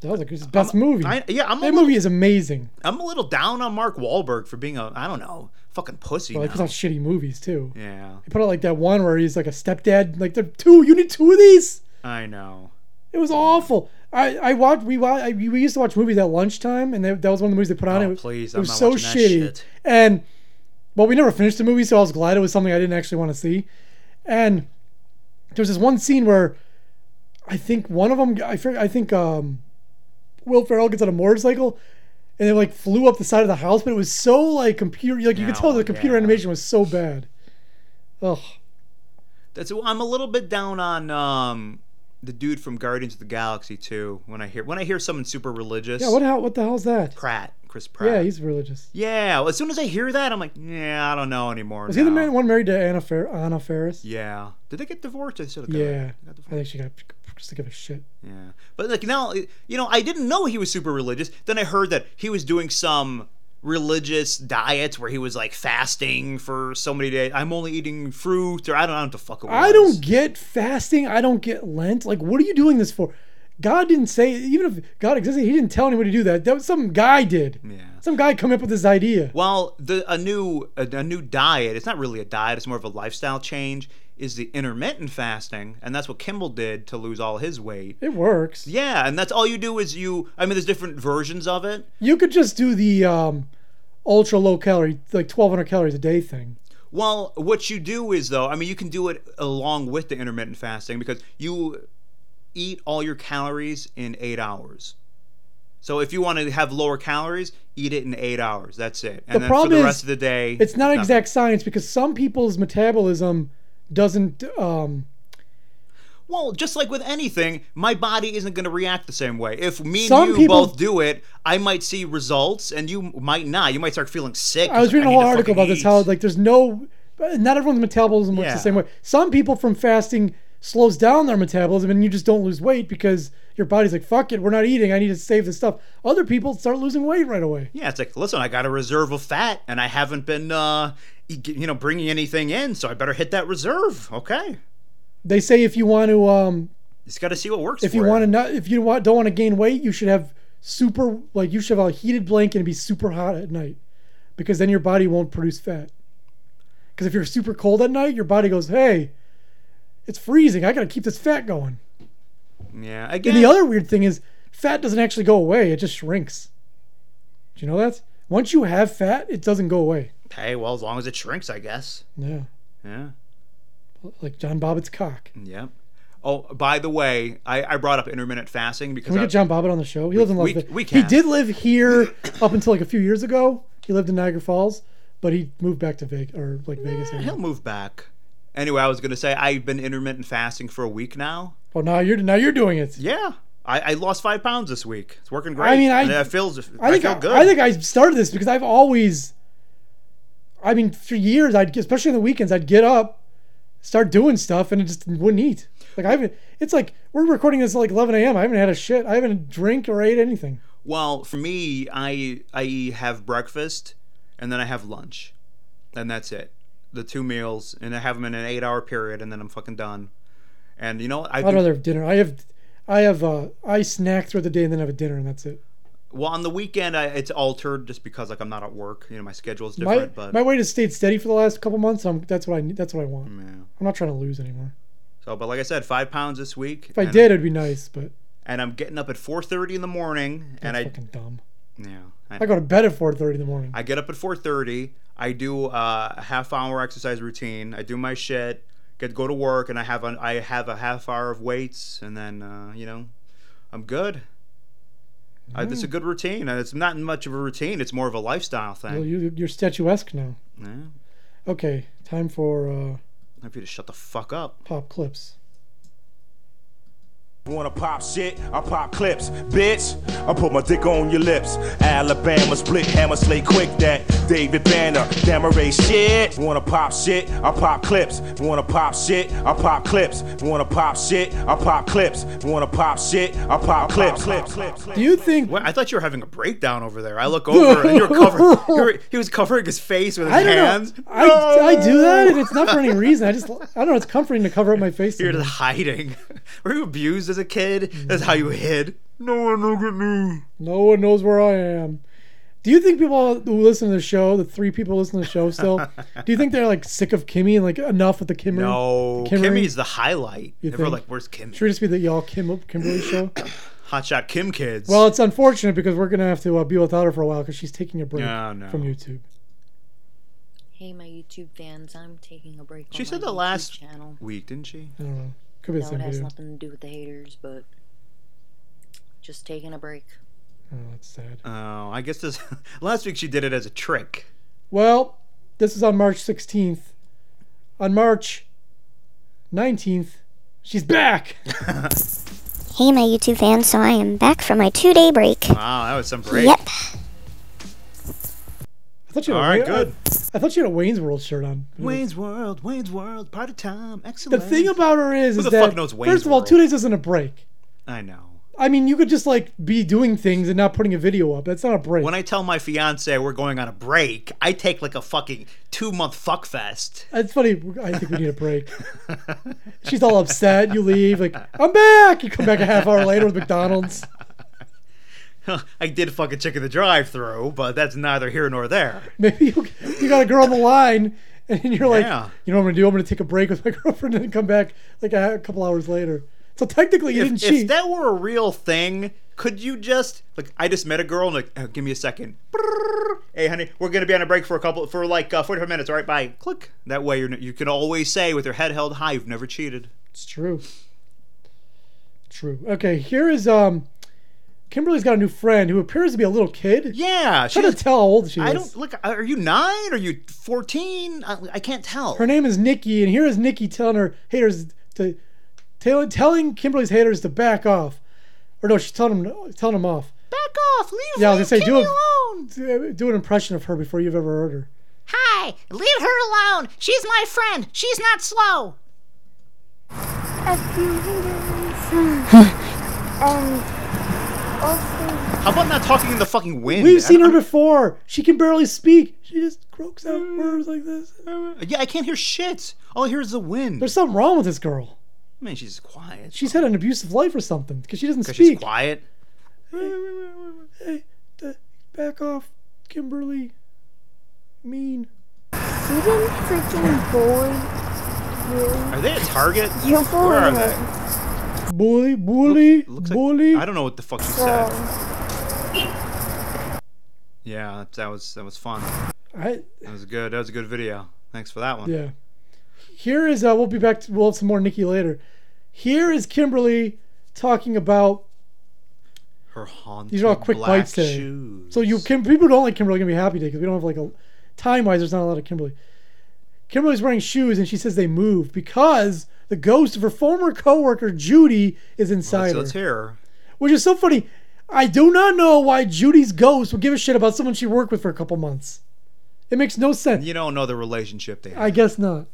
S3: that was like his best movie.
S2: I, yeah, I'm a
S3: that
S2: little-
S3: movie is amazing.
S2: I'm a little down on Mark Wahlberg for being a I don't know fucking pussy.
S3: But like, he puts
S2: now.
S3: out shitty movies too.
S2: yeah,
S3: He put out like that one where he's like a stepdad. Like, there- two. You need two of these.
S2: I know.
S3: It was awful. I, I watched we wa- I, we used to watch movies at lunchtime, and that that was one of the movies they put on.
S2: Oh,
S3: it, was-
S2: please,
S3: it
S2: I'm
S3: was
S2: not
S3: so
S2: watching that
S3: shitty.
S2: shit.
S3: And well, we never finished the movie, so I was glad it was something I didn't actually want to see. And there was this one scene where I think one of them, I fig- I think um, Will Ferrell gets on a motorcycle, and they like flew up the side of the house, but it was so like computer, like you could tell
S2: No,
S3: the computer
S2: yeah.
S3: animation was so bad. Ugh.
S2: That's I'm a little bit down on um the dude from Guardians of the Galaxy too. When I hear when I hear someone super religious,
S3: Yeah. What? How? What the hell's that?
S2: Pratt, Chris Pratt.
S3: Yeah, he's religious.
S2: yeah. well, as soon as I hear that, I'm like, yeah, I don't know anymore.
S3: Was he the
S2: now."
S3: man one married to Anna, Fer- Anna Ferris?
S2: Yeah. Did they get divorced? They should have got-
S3: Yeah,
S2: they got
S3: I
S2: divorced.
S3: think she got just to give a shit.
S2: Yeah. But like now, you know, I didn't know he was super religious. Then I heard that he was doing some religious diets where he was like fasting for so many days. I'm only eating fruit or I don't know what the fuck it was.
S3: I don't get fasting. I don't get Lent. Like, what are you doing this for? God didn't say. Even if God existed, He didn't tell anybody to do that. That was some guy did.
S2: Yeah.
S3: Some guy come up with this idea.
S2: Well, the a new a, a new diet. It's not really a diet. It's more of a lifestyle change. Is the intermittent fasting, and that's what Kimball did to lose all his weight.
S3: It works.
S2: Yeah, and that's all you do is you. I mean, there's different versions of it.
S3: You could just do the um, ultra low calorie, like 1,200 calories a day thing.
S2: Well, what you do is though, I mean, you can do it along with the intermittent fasting because you eat all your calories in eight hours. So if you want to have lower calories, eat it in eight hours. That's it. And
S3: The
S2: then for
S3: problem
S2: the
S3: is,
S2: rest of the day,
S3: It's not
S2: nothing.
S3: exact science because some people's metabolism doesn't. Um,
S2: Well, just like with anything, my body isn't going to react the same way. If me and
S3: Some
S2: you
S3: people-
S2: both do it, I might see results, and you might not. You might start feeling sick.
S3: I was reading a
S2: a
S3: whole article about this how like there's no not everyone's metabolism works
S2: Yeah.
S3: the same way. Some people from fasting slows down their metabolism and you just don't lose weight because your body's like fuck it, we're not eating. I need to save this stuff. Other people start losing weight right away.
S2: Yeah, it's like, listen, I got a reserve of fat, and I haven't been, uh, e- you know, bringing anything in, so I better hit that reserve. Okay,
S3: They say if you want to um
S2: just got to see what works.
S3: if you want to not if you want don't want to gain weight, you should have super like you should have a heated blanket and be super hot at night because then your body won't produce fat. Cuz if you're super cold at night, your body goes, "Hey, it's freezing. I got to keep this fat going."
S2: yeah,
S3: And
S2: again,
S3: the other weird thing is fat doesn't actually go away, it just shrinks. Do you know that? Once you have fat, it doesn't go away.
S2: hey, well, as long as it shrinks, I guess.
S3: Yeah.
S2: Yeah,
S3: Like John Bobbitt's cock. Can
S2: yeah. Oh, by the way, I, I brought up intermittent fasting because
S3: we
S2: I-
S3: get John Bobbitt on the show? He lives in Las
S2: we-
S3: Vegas.
S2: we
S3: He
S2: can.
S3: did live here up until like a few years ago. He lived in Niagara Falls, but he moved back to Vegas or like Vegas.
S2: Eh,
S3: area.
S2: he'll move back. Anyway, I was gonna say I've been intermittent fasting for a week now.
S3: Oh, now you're now you're doing it.
S2: Yeah, I, I lost five pounds this week. It's working great.
S3: I mean, I-
S2: And it feels. I,
S3: I think
S2: feel good.
S3: I, think I started this because I've always, I mean, for years I'd especially on the weekends I'd get up, start doing stuff, and it just wouldn't eat. Like I haven't. It's like we're recording this at like 11 a.m. I haven't had a shit. I haven't drank or ate anything.
S2: Well, for me, I I have breakfast, and then I have lunch, and that's it. The two meals, and I have them in an eight-hour period, and then I'm fucking done. And you know, what? I
S3: I'd
S2: do-
S3: rather have dinner. I have, I have. uh I snack throughout the day and then have a dinner and that's it.
S2: well on the weekend I, it's altered just because like I'm not at work. You know, my schedule's
S3: My
S2: different. but
S3: my weight has stayed steady for the last couple months. I'm, that's what I need. That's what I want.
S2: Yeah.
S3: I'm not trying to lose anymore.
S2: so, but like I said, five pounds this week.
S3: If I
S2: and,
S3: did, it'd be nice, but
S2: and I'm getting up at 4:30 in the morning, and
S3: that's
S2: I
S3: fucking dumb.
S2: yeah, I,
S3: I go to bed at 4:30 in the morning.
S2: I get up at 4:30. I do uh, a half hour exercise routine. I do my shit. Get go to work, and I have an, I have a half hour of weights, and then uh, you know, I'm good. I,
S3: Hmm.
S2: it's a good routine. and It's not much of a routine. It's more of a lifestyle
S3: Well,
S2: thing.
S3: you, you're statuesque now.
S2: Yeah.
S3: Okay, time for uh,
S2: Time for you to shut the fuck up.
S3: pop clips.
S9: Wanna pop shit? I pop clips, bitch. I put my dick on your lips. Alabama split hammer slay quick that David Banner, Damaray shit. Wanna pop shit? I pop clips. Wanna pop shit? I pop clips. Wanna pop shit? I pop clips. Wanna pop shit? I pop clips. clips, clips, clips.
S3: Do you think
S2: What? I thought you were having a breakdown over there. I look over and you're covering. You were, he was covering his face with his
S3: I don't
S2: hands.
S3: know? I, I do that, and it's not for any reason. I just I don't know. It's comforting to cover up my face.
S2: You're
S3: sometimes.
S2: just hiding. Were you abused as a kid? That's how you hid. No one look at me.
S3: No one knows where I am. Do you think people who listen to the show, the three people who listen to the show still, do you think they're like sick of Kimmy and like enough with the Kimmy?
S2: No, Kimmy is the highlight. They were
S3: think?
S2: like, "Where's Kim?
S3: Should we just be the y'all Kim Kimberly show?
S2: Hotshot Kim kids."
S3: Well, it's unfortunate because we're gonna have to uh, be without her for a while because she's taking a break
S2: No, no.
S3: from YouTube.
S10: Hey, my YouTube fans, I'm taking a break.
S2: she
S10: on
S2: said
S10: my
S2: that
S10: YouTube
S2: last
S10: channel.
S2: week, didn't she?
S3: I don't know. Could be the
S10: No,
S3: same
S10: it has
S3: video.
S10: nothing to do with the haters, but just taking a break.
S3: Oh, that's sad.
S2: Oh, I guess this. last week she did it as a trick.
S3: Well, this is on March 16th. On March 19th, she's back.
S11: Hey, my YouTube fans, so I am back from my two day break.
S2: Wow, that was some break.
S11: Yep.
S3: I thought she had
S2: All
S3: a
S2: right,
S3: Wa- I-
S2: good.
S3: I, thought she had a Wayne's World shirt on.
S2: Wayne's World, Wayne's World, party time,
S3: The
S2: excellent.
S3: thing about her is, is
S2: the
S3: that
S2: fuck knows Wayne's
S3: first of all,
S2: World?
S3: two days isn't a break.
S2: I know.
S3: I mean, you could just like be doing things and not putting a video up. That's not a break.
S2: When I tell my fiance we're going on a break, I take like a fucking two month fuck fest.
S3: it's funny. I think we need a break. She's all upset. You leave. Like I'm back. You come back a half hour later with McDonald's.
S2: I did fucking chicken the drive through, but that's neither here nor there.
S3: Maybe you, you got a girl on the line, and you're like,
S2: Yeah.
S3: you know what I'm gonna do? I'm gonna take a break with my girlfriend and come back like a, a couple hours later. So technically, you
S2: If,
S3: didn't
S2: if
S3: cheat.
S2: that were a real thing, could you just like I just met a girl and like "Oh, give me a second. Brrrr. Hey honey, we're gonna be on a break for a couple for like uh, 45 minutes. All right, bye. Click. That way you're n- you can always say with your head held high you've never cheated.
S3: It's true. True. Okay, here is um Kimberly's got a new friend who appears to be a little kid.
S2: Yeah,
S3: Trying to
S2: she's
S3: tell how old she is.
S2: I don't look. Are you nine? Are you fourteen? I, I can't tell.
S3: Her name is Nikki, and here is Nikki telling her haters to tell, telling Kimberly's haters to back off. Or no, she's telling them telling them off.
S2: Back off! Leave
S3: Yeah, I
S2: me,
S3: was gonna
S2: Kimmy
S3: say, do a-
S2: alone.
S3: Do do an impression of her before you've ever heard her.
S2: Hi, leave her alone. She's my friend. She's not slow. How about not talking in the fucking wind?
S3: We've seen her
S2: I-
S3: before. She can barely speak. She just croaks out
S2: Mm.
S3: words like this.
S2: I- yeah, I can't hear shit. All I hear is the wind.
S3: There's something wrong with this girl.
S2: Man, she's quiet.
S3: She's had an abusive life or something because she doesn't
S2: Because she's
S3: speak.
S2: quiet.
S3: Hey, d- back off, Kimberly. Mean.
S2: Are they at Target? Where are
S11: You're
S2: they?
S3: Bully, bully,
S2: Looks like-
S3: bully.
S2: I don't know what the fuck she said. Yeah, that was that was fun.
S3: I-
S2: That was good. That was a good video. Thanks for that one.
S3: yeah. Here is, uh, we'll be back, to, we'll have some more Nikki later. Here is Kimberly talking about,
S2: Her haunted
S3: these are all quick
S2: black
S3: bites today.
S2: shoes.
S3: So you can, people who don't like Kimberly are going to be happy today because we don't have like a, time-wise, there's not a lot of Kimberly. Kimberly's wearing shoes and she says they move because the ghost of her former coworker Judy is
S2: let's,
S3: inside her.
S2: let's hear her.
S3: which is so funny. I do not know why Judy's ghost would give a shit about someone she worked with for a couple months. It makes no sense.
S2: You don't know the relationship they have.
S3: I guess not.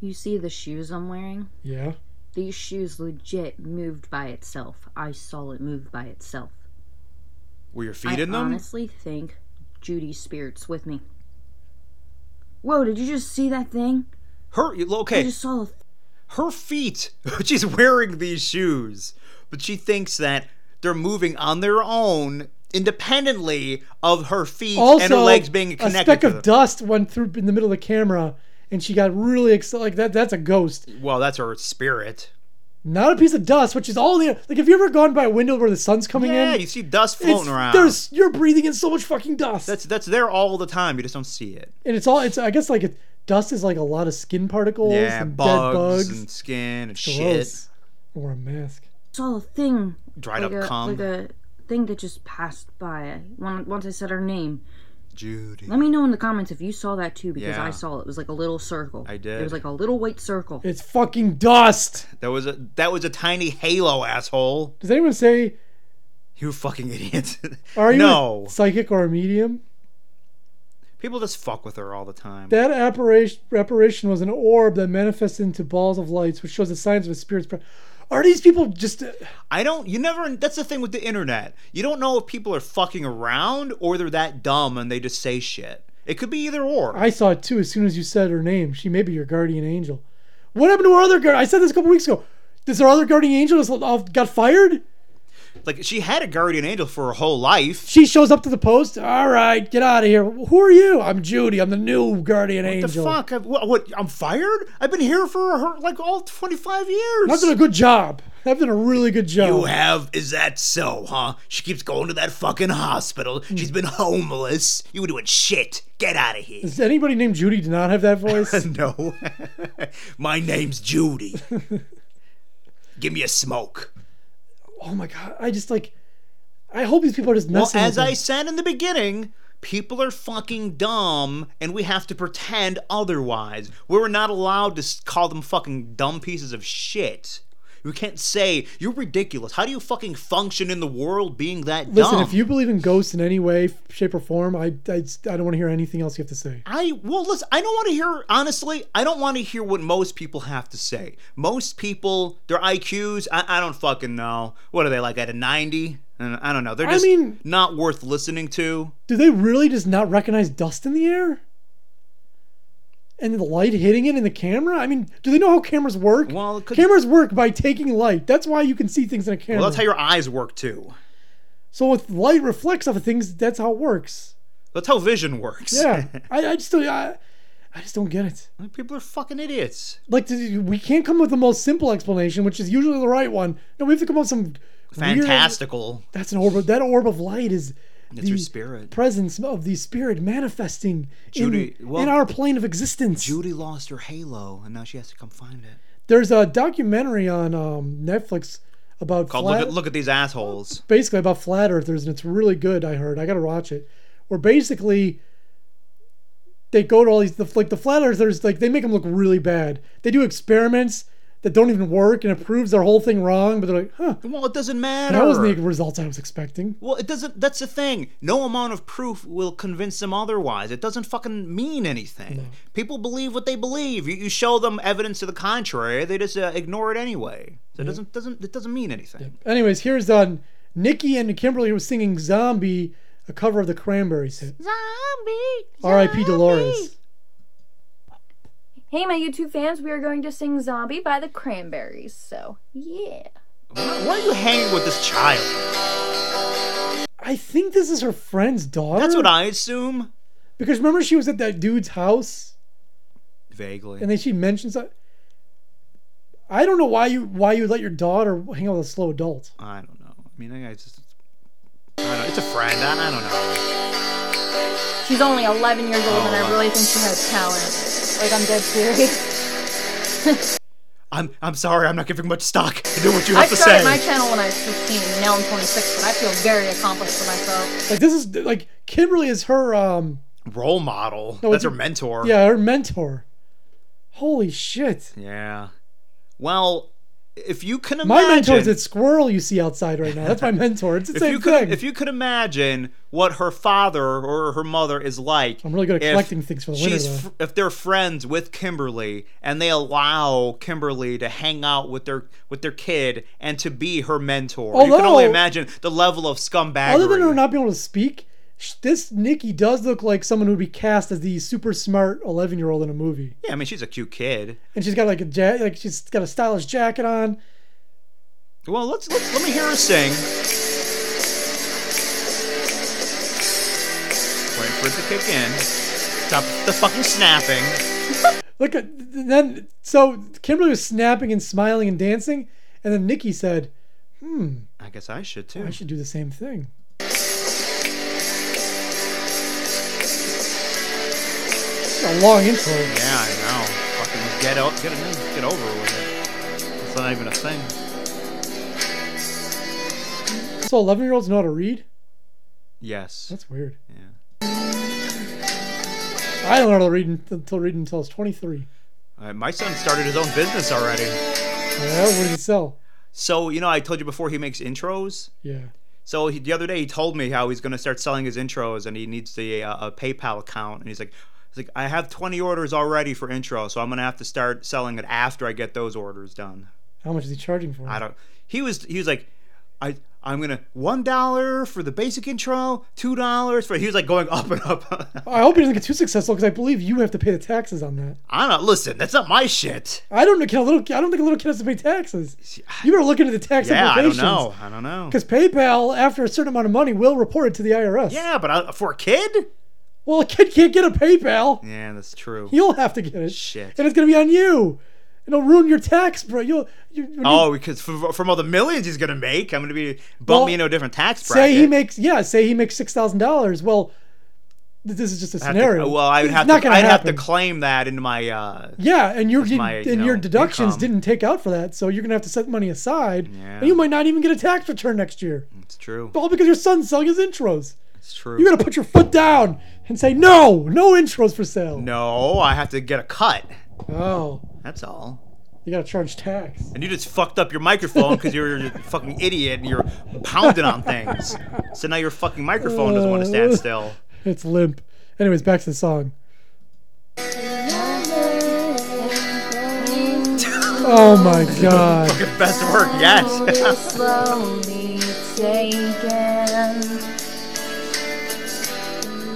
S10: You see the shoes I'm wearing?
S3: Yeah.
S10: These shoes legit moved by itself. I saw it move by itself.
S2: Were your feet
S10: I
S2: in them?
S10: honestly think Judy's spirit's with me. Whoa, did you just see that thing?
S2: Her
S10: I
S2: okay,
S10: just saw the
S2: her feet. She's wearing these shoes, but she thinks that they're moving on their own, independently of her feet
S3: Also,
S2: and her legs being
S3: a
S2: connected.
S3: speck
S2: to
S3: of
S2: them.
S3: dust went through in the middle of the camera, and she got really excited. Like that. That's a ghost,
S2: well, that's her spirit.
S3: not a piece of dust, which is all the like. Have you ever gone by a window where the sun's coming
S2: Yeah,
S3: in?
S2: you see dust
S3: It's-
S2: floating around.
S3: There's you're breathing in so much fucking dust,
S2: that's that's there all the time. You just don't see it.
S3: and it's all. It's I guess like it, dust is like a lot of skin particles
S2: Yeah,
S3: and
S2: bugs,
S3: dead bugs.
S2: and skin and shit.
S3: Gross. Or a mask.
S10: saw a thing.
S2: Dried
S10: like
S2: up
S10: a,
S2: cum.
S10: Like a thing that just passed by. When, once I said her name.
S2: Judy.
S10: Let me know in the comments if you saw that too, because
S2: Yeah.
S10: I saw it. It was like a little circle.
S2: I
S10: It
S2: did.
S10: was like a little white circle.
S3: It's fucking dust.
S2: That was a that was a tiny halo, asshole.
S3: Does anyone say,
S2: You fucking idiot.
S3: are you
S2: no.
S3: a psychic or a medium?
S2: People just fuck with her all the time.
S3: That apparition, apparition was an orb that manifested into balls of lights, which shows the signs of a spirit's presence. Are these people just.
S2: I don't. You never. That's the thing with the internet. You don't know if people are fucking around or they're that dumb and they just say shit. It could be either or.
S3: I saw it too as soon as you said her name. She may be your guardian angel. What happened to her other guardian? I said this a couple weeks ago. Does her other guardian angel just off- got fired?
S2: Like she had a guardian angel for her whole life.
S3: She shows up to the post. All right, get out of here. Who are you? I'm Judy. I'm the new guardian
S2: The
S3: angel.
S2: fuck? I, what, what? I'm fired? I've been here for her, like all 25 years.
S3: I've done a good job. I've done a really good job.
S2: You have? Is that so, huh? She keeps going to that fucking hospital. She's been homeless. You were doing shit. Get out of here.
S3: Does anybody named Judy do not have that voice?
S2: no. My name's Judy. Give me a smoke.
S3: oh my god! I just like. I hope these people are just
S2: Well,
S3: messing.
S2: as
S3: with
S2: I
S3: me.
S2: said in the beginning, people are fucking dumb, and we have to pretend otherwise. We were not allowed to s- call them fucking dumb pieces of shit. We can't say you're ridiculous. How do you fucking function in the world being that
S3: Listen,
S2: dumb?
S3: if you believe in ghosts in any way, shape, or form, I, I, I don't want to hear anything else you have to say.
S2: I well, listen. I don't want to hear. Honestly, I don't want to hear what most people have to say. Most people, their IQs, I, I don't fucking know. What are they like at a ninety? Uh, I don't know. They're
S3: I
S2: just
S3: mean-
S2: not worth listening to.
S3: Do they really just not recognize dust in the air? And the light hitting it in the camera? I mean, do they know how cameras work?
S2: Well, it could-
S3: cameras work by taking light. That's why you can see things in a camera.
S2: Well, that's how your eyes work too.
S3: so if light reflects off of things, that's how it works.
S2: That's how vision works.
S3: Yeah, I, I just don't. I, I just don't get it.
S2: People are fucking idiots.
S3: Like, do- we can't come up with the most simple explanation, which is usually the right one. No, we have to come up with some weird-
S2: Fantastical.
S3: that's an orb. of- That orb of light is
S2: It's your spirit.
S3: presence of the spirit manifesting
S2: Judy,
S3: in,
S2: well-
S3: in our plane of existence.
S2: Judy lost her halo, and now she has to come find it.
S3: There's a documentary on um, Netflix about
S2: Called
S3: flat,
S2: look at look at these assholes.
S3: basically about flat earthers, and it's really good. I heard. I gotta watch it. Where basically they go to all these the, like the flat earthers, like they make them look really bad. They do experiments that don't even work, and it proves their whole thing wrong. But they're like, huh,
S2: Well, it doesn't matter.
S3: that wasn't the results I was expecting.
S2: Well, it doesn't. That's the thing. No amount of proof will convince them otherwise. It doesn't fucking mean anything. People believe what they believe. You, you show them evidence to the contrary, they just uh, ignore it anyway. So it doesn't doesn't it doesn't mean anything.
S3: Anyways, here's uh, Nikki and Kimberly was singing "Zombie," a cover of the Cranberries hit.
S12: Zombie!
S3: R.I.P. Dolores.
S12: Hey, my YouTube fans, we are going to sing Zombie by the Cranberries, so yeah.
S2: Why are you hanging with this child?
S3: I think this is her friend's daughter.
S2: That's what I assume.
S3: Because remember, she was at that dude's house,
S2: Vaguely.
S3: and then she mentions that. I don't know why you why you let your daughter hang out with a slow adult.
S2: I don't know. I mean, I just. I don't know. It's a friend. I, I don't know.
S12: She's only 11 years old, and I really think she has talent. Like, I'm dead serious.
S2: I'm I'm sorry. I'm not giving much stock to what you
S12: I
S2: have to
S12: started
S2: say.
S12: my channel when I was 15, and now I'm 26, but I feel very accomplished for myself.
S3: Like this is like Kimberly is her um
S2: Role model.
S3: No,
S2: That's her
S3: it's-
S2: mentor.
S3: yeah her mentor. Holy shit!
S2: Yeah. Well, if you can imagine,
S3: My mentor is that squirrel you see outside right now. That's my mentor. It's the
S2: if
S3: same
S2: you
S3: thing.
S2: could, if you could imagine what her father or her mother is like,
S3: I'm really good at
S2: if
S3: collecting things for the winter,
S2: she's
S3: though.
S2: fr- if they're friends with Kimberly and they allow Kimberly to hang out with their with their kid and to be her mentor, you can only
S3: Although-
S2: imagine the level of
S3: Other than her
S2: scumbaggery.
S3: not being able to speak, sh- this Nikki does look like someone who would be cast as the super smart 11 year old in a movie.
S2: yeah, I mean she's a cute kid.
S3: And she's got like a ja- like she's got a stylish jacket on.
S2: Well, let's, let's let me hear her sing. Wait for it to kick in. Stop the fucking snapping.
S3: Look, at- uh, then so Kimberly was snapping and smiling and dancing, and then Nikki said, "Hmm,
S2: I guess I should too.
S3: I should do the same thing." It's a long intro.
S2: Yeah, I know. Fucking get out, get it in, get over with it. It's not even a thing.
S3: So 11 year olds know how to read?
S2: Yes.
S3: That's weird.
S2: Yeah.
S3: I don't know how to read until read until I was 23.
S2: Uh, my son started his own business already.
S3: Yeah, what did he sell?
S2: So, you know, I told you before he makes intros.
S3: Yeah.
S2: So he, the other day he told me how he's going to start selling his intros and he needs the uh, a PayPal account and he's like he's like I have 20 orders already for intro, so I'm going to have to start selling it after I get those orders done.
S3: How much is he charging for? it?
S2: I don't He was he was like I I'm going to $1 for the basic intro, $2 for he was like going up and up.
S3: I hope he doesn't get too successful because I believe you have to pay the taxes on that.
S2: I don't listen, that's not my shit.
S3: I don't think a little. I don't think a little kid has to pay taxes. You better look into the tax
S2: yeah, I don't
S3: implications.
S2: know. I don't know.
S3: Because PayPal, after a certain amount of money, will report it to the IRS.
S2: Yeah, but I, for a kid?
S3: Well, a kid can't get a PayPal.
S2: Yeah, that's true.
S3: You'll have to get it.
S2: Shit.
S3: And it's gonna be on you. It'll ruin your tax, bro. You'll you, when you
S2: Oh, because f- from all the millions he's gonna make, I'm gonna be bump
S3: Well,
S2: me into a different tax bracket.
S3: say he makes yeah, say he makes six thousand dollars. Well, th- this is just a
S2: I have to-
S3: scenario.
S2: well, I would
S3: It's
S2: have
S3: not
S2: to.
S3: gonna
S2: I'd have to
S3: happen.
S2: claim that into my. Uh,
S3: Yeah, and your
S2: That's
S3: you-
S2: my,
S3: and
S2: you
S3: your
S2: know,
S3: deductions
S2: income.
S3: didn't take out for that, so you're gonna have to set money aside,
S2: Yeah.
S3: and you might not even get a tax return next year,
S2: it's true.
S3: all because your son's selling his intros.
S2: It's true.
S3: You gotta put your foot down and say no, no intros for sale.
S2: no, I have to get a cut.
S3: Oh,
S2: That's all.
S3: you gotta charge tax.
S2: And you just fucked up your microphone because you're a fucking idiot and you're pounding on things. So now your fucking microphone doesn't want to stand still.
S3: It's limp. Anyways, back to the song. Oh my god.
S2: Fucking best work yet.
S13: slowly taken.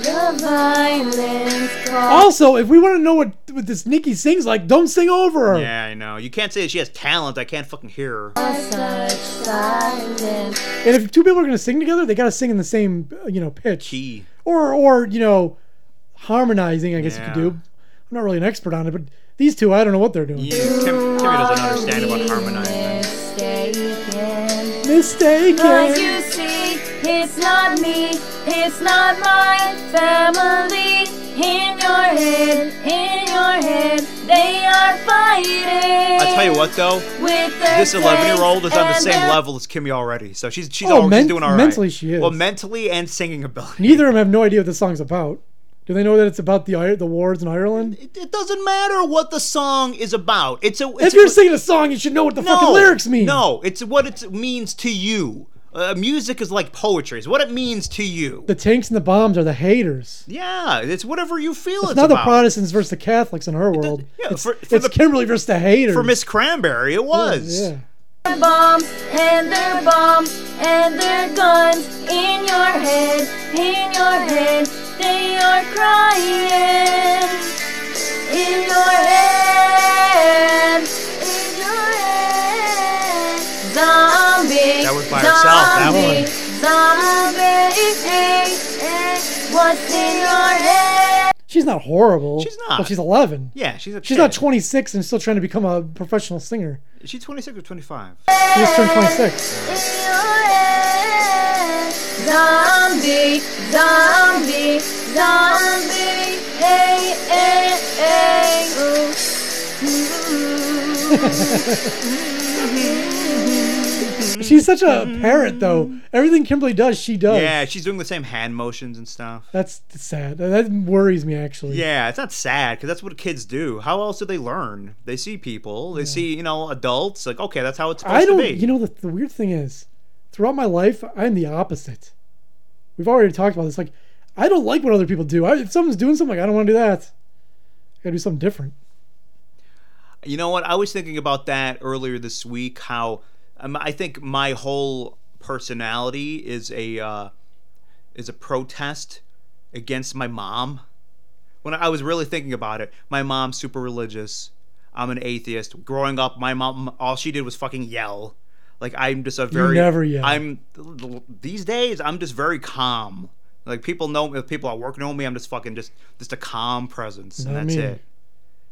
S13: The violence
S3: Also, if we want to know what, what this Nikki sings like, don't sing over her.
S2: yeah, I know. You can't say that she has talent. I can't fucking hear her.
S13: such silence.
S3: And if two people are going to sing together, they got to sing in the same, uh, you know, pitch.
S2: Key.
S3: Or, or you know, harmonizing, I guess you could
S2: Yeah.
S3: do. I'm not really an expert on it, but these two, I don't know what they're doing.
S2: E. Tim, Timmy doesn't understand about harmonizing.
S13: Mistaken. But
S3: Mistaken.
S13: you see, it's not me, it's not my family. In your head, in your head, they are fighting.
S2: I tell you what, though,
S13: With their
S2: this 11 year old is on the
S13: and uh,
S2: same
S13: their-
S2: level as Kimmy already. So she's she's,
S3: Oh,
S2: already,
S3: men-
S2: she's doing all right.
S3: mentally she is.
S2: Well, mentally and singing ability.
S3: Neither of them have no idea what the song's about. Do they know that it's about the Ir- the wars in Ireland?
S2: It doesn't matter what the song is about. It's a. It's
S3: if you're singing a song, you should know what the fucking lyrics mean.
S2: No, it's what it means to you. Uh, music is like poetry. It's what it means to you.
S3: The tanks and the bombs are the haters.
S2: Yeah, it's whatever you feel. It's,
S3: It's not the
S2: about.
S3: Protestants versus the Catholics in her world. it's
S2: for- for
S3: it's
S2: the-
S3: Kimberly versus the haters.
S2: For Miss Cranberry, it was.
S3: Yeah.
S13: Their bombs and their bombs and their guns in your head, in your head, they are crying. In your head, in your head, zombie.
S2: That was by herself, that
S13: zombie,
S2: one.
S13: Zombie, what's in your head?
S3: She's not horrible. She's
S2: not.
S3: But she's 11.
S2: Yeah, she's a
S3: She's not 26 and still trying to become a professional singer.
S2: She's 26 or 25.
S3: She just turned 26.
S13: Zombie, zombie, zombie, hey, hey, hey. Mm-hmm.
S3: She's such a parrot, though. Everything Kimberly does, she does.
S2: Yeah, she's doing the same hand motions and stuff.
S3: That's sad. That- That worries me, actually.
S2: Yeah, it's not sad because that's what kids do. How else do they learn? They see people, they see you know adults. Like, okay, that's how it's supposed
S3: I
S2: to be.
S3: don't, you know, the, the weird thing is, throughout my life, I'm the opposite. We've already talked about this. Like, I don't like what other people do. I, if someone's doing something, like, I don't want to do that. I gotta do something different.
S2: You know what? I was thinking about that earlier this week. How um, I think my whole personality is a uh, is a protest against my mom. When I was really thinking about it, my mom's super religious. I'm an atheist. Growing up, my mom all she did was fucking yell. Like I'm just a very
S3: never yell.
S2: I'm these days I'm just very calm. Like people know me, people at work know me. I'm just fucking just just a calm presence, and
S3: Not
S2: that's
S3: me.
S2: it.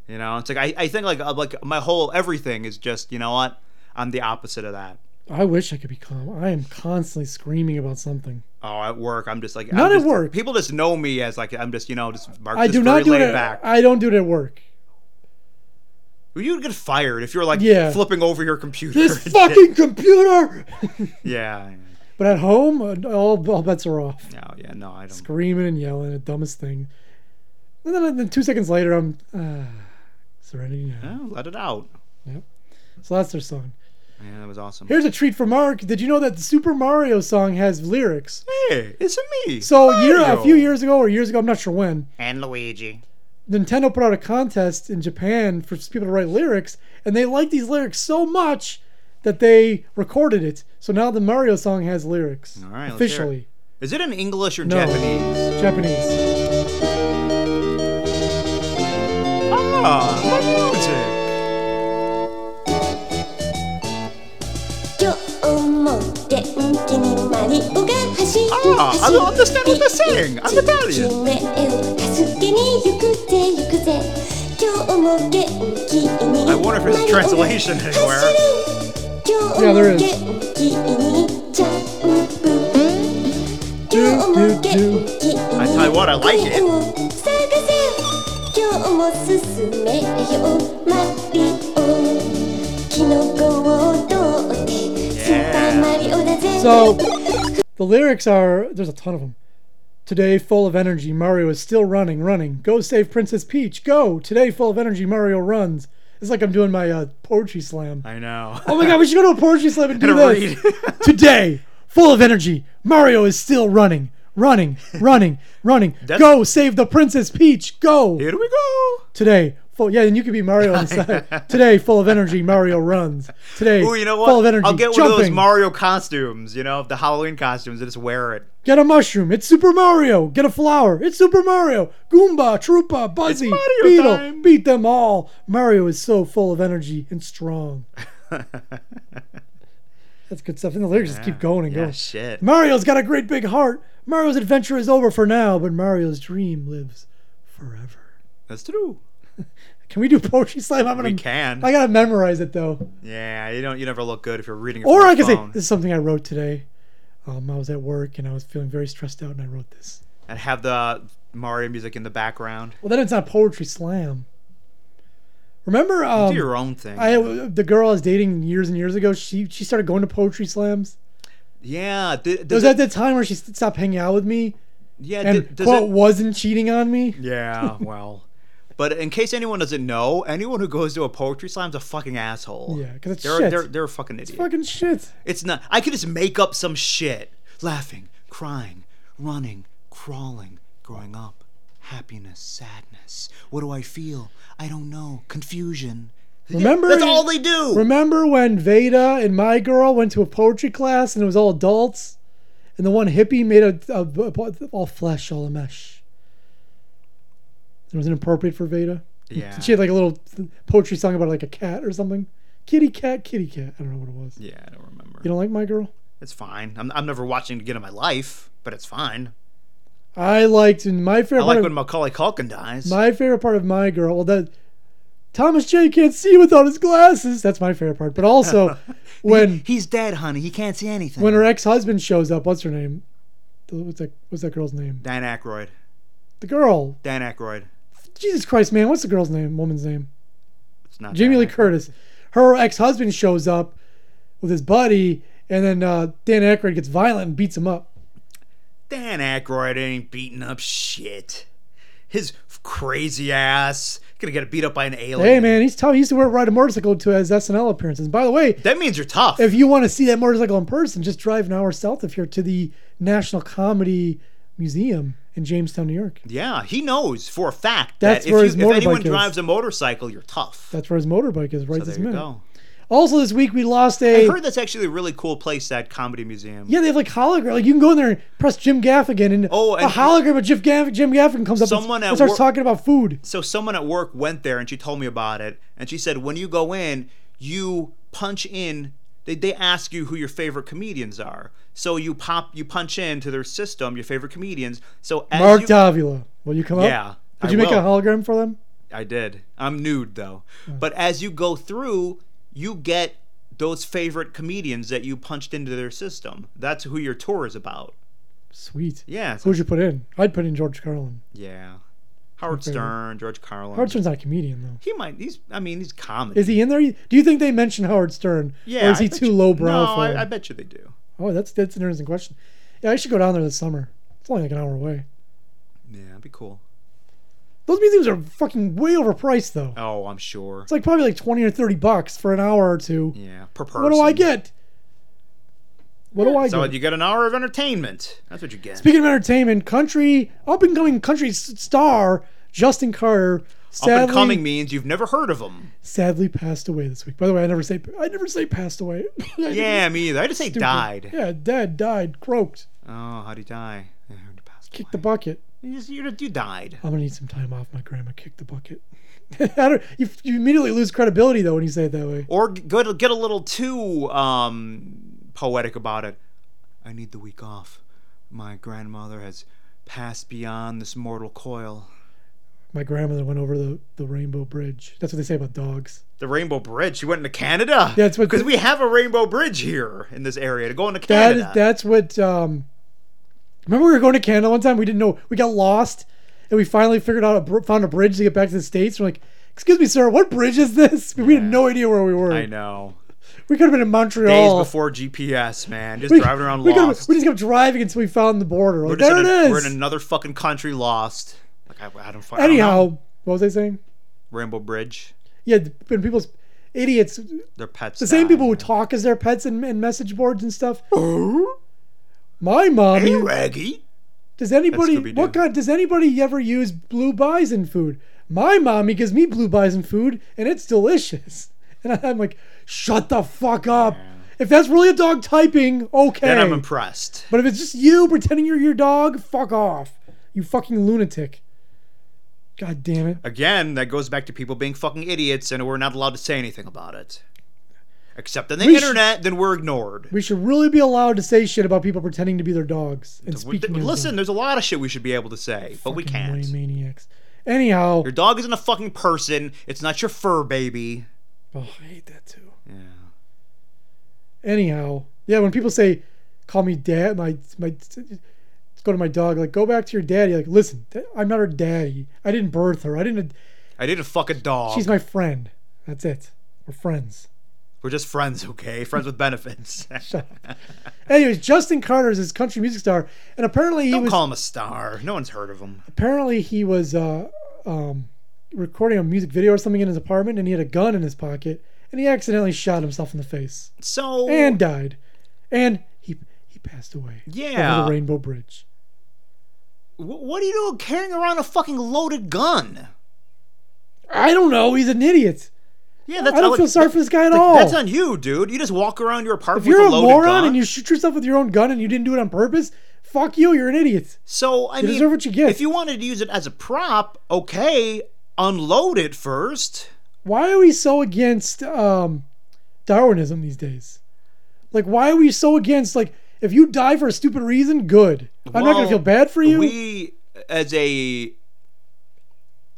S2: You know, it's like I, I think like uh, like my whole everything is just you know what I'm the opposite of that.
S3: I wish I could be calm. I am constantly screaming about something.
S2: Oh, at work I'm just like
S3: Not
S2: I'm
S3: at
S2: just-
S3: work.
S2: People just know me as like I'm just you know just Mark,
S3: I
S2: just
S3: do
S2: very
S3: not do it.
S2: laid
S3: At,
S2: back.
S3: I don't do it at work.
S2: You'd get fired if you're like
S3: Yeah.
S2: flipping over your computer.
S3: This
S2: and shit.
S3: fucking computer.
S2: yeah.
S3: But But at home, uh, all, all bets are off.
S2: No, yeah, no, I don't.
S3: Screaming and yelling, the dumbest thing. And then, then two seconds later, I'm uh, serenity now.
S2: Yeah, let it out.
S3: Yep. So that's their song.
S2: Yeah, that was awesome.
S3: Here's a treat for Mark. Did you know that the Super Mario song has lyrics?
S2: Hey, it's me.
S3: So year, a
S2: Mario.
S3: few years ago, or years ago, I'm not sure when,
S2: and Luigi.
S3: Nintendo put out a contest in Japan for people to write lyrics, and they liked these lyrics so much that they recorded it. So now the Mario song has lyrics.
S2: All right, let's hear it.
S3: officially.
S2: Is it in English or
S3: No.
S2: Japanese?
S3: Japanese.
S2: Ah, my music.
S14: 今日も元気にマリオが走る
S2: Ah, I
S14: 走
S2: don't
S14: る
S2: understand what they're saying. I'm Italian.
S14: 夢を助けに行くぜ行くぜ今日も元気に
S2: I wonder if there's a translation anywhere.
S14: 今日も
S2: Yeah,
S14: 元
S2: there is.
S14: 気にジャンプ今日も元気に
S2: I tell you what, I like
S14: 夢
S2: it.
S14: を探せ今日も進めようマリオキノコを取ってスーパーマリオだぜ
S3: So the lyrics are there's a ton of them. Today, full of energy, Mario is still running, running. Go save Princess Peach. Go! Today, full of energy, Mario runs. It's like I'm doing my uh, poetry slam.
S2: I know.
S3: Oh my god, we should go to a poetry slam and do
S2: And a
S3: this. Today, full of energy, Mario is still running, running, running, running. go save the Princess Peach. Go. Here
S2: we go.
S3: Today, full yeah, then you could be Mario on the side. Today, full of energy, Mario runs. Today,
S2: Ooh, you know
S3: full
S2: what?
S3: of energy,
S2: I'll get
S3: jumping.
S2: one of those Mario costumes, you know, the Halloween costumes, and just wear it.
S3: Get a mushroom. It's Super Mario. Get a flower. It's Super Mario. Goomba, Troopa, Buzzy, Beetle. Beat them all. Mario is so full of energy and strong. That's good stuff. And the lyrics just keep going and
S2: Yeah,
S3: going.
S2: shit.
S3: Mario's got a great big heart. Mario's adventure is over for now, but Mario's dream lives.
S2: That's true.
S3: Can we do poetry slam? I'm gonna.
S2: We can.
S3: I gotta memorize it though.
S2: Yeah, you don't. You never look good if you're reading. It
S3: Or
S2: from
S3: I
S2: your
S3: can say
S2: phone.
S3: this is something I wrote today. Um, I was at work and I was feeling very stressed out, and I wrote this.
S2: and have the Mario music in the background.
S3: Well, then it's not poetry slam. Remember,
S2: do
S3: um,
S2: your own thing.
S3: I the girl I was dating years and years ago. She she started going to poetry slams.
S2: Yeah, d-
S3: It
S2: does
S3: was
S2: it,
S3: at the time where she st- stopped hanging out with me.
S2: Yeah,
S3: and
S2: d- does
S3: quote
S2: it-
S3: wasn't cheating on me.
S2: Yeah, well. But in case anyone doesn't know, anyone who goes to a poetry slam's a fucking asshole.
S3: Yeah, 'cause it's
S2: they're,
S3: shit.
S2: They're, they're a fucking idiot. It's,
S3: Fucking shit.
S2: not. I could just make up some shit. Laughing, crying, running, crawling, growing up, happiness, sadness. What do I feel? I don't know. Confusion.
S3: Remember
S2: That's all they do.
S3: Remember when Veda and my girl went to a poetry class and it was all adults, and the one hippie made a, a, a- all flesh, all a mesh. It was inappropriate for Veda.
S2: Yeah.
S3: She had like a little poetry song about like a cat or something. Kitty cat, kitty cat. I don't know what it was.
S2: Yeah, I don't remember.
S3: You don't like my girl?
S2: It's fine. I'm, I'm never watching it again in my life, but it's fine.
S3: I liked in my
S2: I
S3: favorite.
S2: like
S3: part
S2: when
S3: of,
S2: Macaulay Culkin dies.
S3: my favorite part of my girl. Well, that Thomas J can't see without his glasses. That's my favorite part. But also when
S2: He's dead, honey. He can't see anything.
S3: when her ex-husband shows up what's her name The- what's that what's that girl's name
S2: Dan Aykroyd.
S3: the girl
S2: Dan Aykroyd.
S3: jesus christ man what's the girl's name woman's name
S2: It's not
S3: jamie lee curtis her ex-husband shows up with his buddy and then uh, dan Aykroyd gets violent and beats him up
S2: Dan Aykroyd ain't beating up shit. His f- crazy ass gonna get beat up by an alien.
S3: hey man he's tough he used to wear ride a motorcycle to his snl appearances by the way
S2: That means you're tough.
S3: if you want to see that motorcycle in person just drive an hour south of here to the national comedy museum in jamestown new york
S2: Yeah, he knows for a fact
S3: That's
S2: that if,
S3: where
S2: you,
S3: his
S2: if anyone
S3: motorbike is.
S2: drives a motorcycle, you're tough.
S3: that's where his motorbike is right
S2: So
S3: this
S2: there you
S3: minute
S2: go.
S3: also this week we lost
S2: I
S3: a
S2: heard that's actually a really cool place, that comedy museum.
S3: Yeah, they have like hologram. Like you can go in there and press Jim Gaffigan, and
S2: Oh,
S3: a
S2: and-
S3: hologram of Jim, Gaff- Jim Gaffigan comes up
S2: Someone
S3: and, s-
S2: at
S3: and starts
S2: work-
S3: talking about food.
S2: So someone at work went there and she told me about it. And she said, when you go in, you punch in. They, they ask you who your favorite comedians are. So you pop you punch into their system your favorite comedians. So as
S3: Mark
S2: you,
S3: Davila, will you come
S2: Yeah,
S3: up? Did
S2: I
S3: you make a
S2: will.
S3: hologram for them?
S2: I did. I'm nude though. But as you go through, you get those favorite comedians that you punched into their system. That's who your tour is about.
S3: Sweet.
S2: Yeah, it's
S3: Who'd you put in? I'd put in George Carlin.
S2: Yeah. Howard
S3: Okay.
S2: Stern, George Carlin.
S3: Howard Stern's not a comedian though.
S2: He might. He's. I mean, he's comedy.
S3: Is he in there? Do you think they mention Howard Stern?
S2: Yeah.
S3: Or is
S2: I
S3: he
S2: bet
S3: too
S2: you-
S3: lowbrow
S2: No,
S3: for
S2: I,
S3: them?
S2: I bet you they do.
S3: Oh, that's that's an interesting question. Yeah, I should go down there this summer. It's only like an hour away.
S2: Yeah, that'd be cool.
S3: Those museums are fucking way overpriced though.
S2: Oh, I'm sure.
S3: It's like probably like twenty or thirty bucks for an hour or two.
S2: Yeah, per person.
S3: What do I get? What do I
S2: So
S3: get?
S2: you get an hour of entertainment. That's what you get.
S3: Speaking of entertainment, country up and coming country s- star Justin Carter
S2: Up and
S3: sadly
S2: coming means you've never heard of them.
S3: sadly passed away this week. By the way, I never say I never say passed away.
S2: Yeah, me either. I just say
S3: Stupid.
S2: died.
S3: Yeah, dead, died, croaked,
S2: Oh, how'd he die? Yeah, how'd he pass?
S3: kicked the bucket.
S2: You, just- you- you died.
S3: I'm gonna need some time off. My grandma kicked the bucket. I don't, you, you immediately lose credibility though when you say it that way.
S2: Or g- go get a little too um, poetic about it. I need the week off. My grandmother has passed beyond this mortal coil.
S3: My grandmother went over the, the Rainbow Bridge. That's what they say about dogs.
S2: The Rainbow Bridge. She went into Canada.
S3: That's what-
S2: Because we have a Rainbow Bridge here in this area to go into
S3: That
S2: Canada.
S3: is that's what. Um, remember we were going to Canada one time. We didn't know we got lost, and we finally figured out a, br- found a bridge to get back to the states. We're like, "Excuse me, sir, what bridge is this?" We had no idea where we were.
S2: I know.
S3: We could have been in
S2: Days
S3: Montreal.
S2: before GPS, man. Just
S3: we,
S2: driving around
S3: we, could've-
S2: lost.
S3: we just kept driving until we found the border.
S2: We're
S3: Like,
S2: just
S3: there
S2: in
S3: it
S2: a-
S3: is.
S2: We're in another fucking country lost. Like, I, I don't fucking
S3: Anyhow, what was I saying?
S2: Rainbow Bridge.
S3: Yeah, when people's idiots,
S2: Their pets.
S3: the same people who talk as their pets and, and message boards and stuff. My mommy.
S2: Hey, Raggy.
S3: Does anybody what kind does anybody ever use blue bison food? My mommy gives me blue bison food and it's delicious. And I'm like, shut the fuck up. If that's really a dog typing, okay.
S2: Then I'm impressed.
S3: But if it's just you pretending you're your dog, fuck off. You fucking lunatic. God damn it.
S2: Again, that goes back to people being fucking idiots, and we're not allowed to say anything about it. Except on the
S3: We should-
S2: internet, then we're ignored.
S3: We should really be allowed to say shit about people pretending to be their dogs and
S2: We-
S3: speaking as
S2: Listen, there's a lot of shit we should be able to say, but we can't.
S3: them. maniacs. Anyhow,
S2: Your dog isn't a fucking person. It's not your fur baby.
S3: Oh, I hate that too.
S2: Yeah.
S3: anyhow, yeah, when people say, "Call me dad," my my, go to my dog. Like, go back to your daddy. Like, listen, th- I'm not her daddy. I didn't birth her. I didn't.
S2: I didn't fuck a dog.
S3: She's my friend. That's it. We're friends.
S2: We're just friends, okay? Friends with benefits.
S3: Anyways, Justin Carter is this country music star, and apparently he
S2: Don't
S3: was
S2: call him a star. No one's heard of him.
S3: apparently he was uh, um, recording a music video or something in his apartment, and he had a gun in his pocket, and he accidentally shot himself in the face
S2: So
S3: and died, and he he passed away.
S2: Yeah.
S3: over the Rainbow Bridge.
S2: Wh- what are you doing carrying around a fucking loaded gun?
S3: I don't know. He's an idiot.
S2: Yeah, that's
S3: I don't
S2: like-
S3: feel sorry for this guy at
S2: like,
S3: all.
S2: That's on you, dude. You just walk around your apartment
S3: if you're
S2: with a
S3: a
S2: loaded
S3: moron
S2: gun.
S3: and you shoot yourself with your own gun and you didn't do it on purpose, fuck you. You're an idiot.
S2: so I
S3: you
S2: mean,
S3: deserve what you get.
S2: if you wanted to use it as a prop, okay, unload it first.
S3: Why are we so against um, Darwinism these days? Like, why are we so against like if you die for a stupid reason, good. I'm not gonna
S2: Well,
S3: feel bad for you.
S2: We, as a,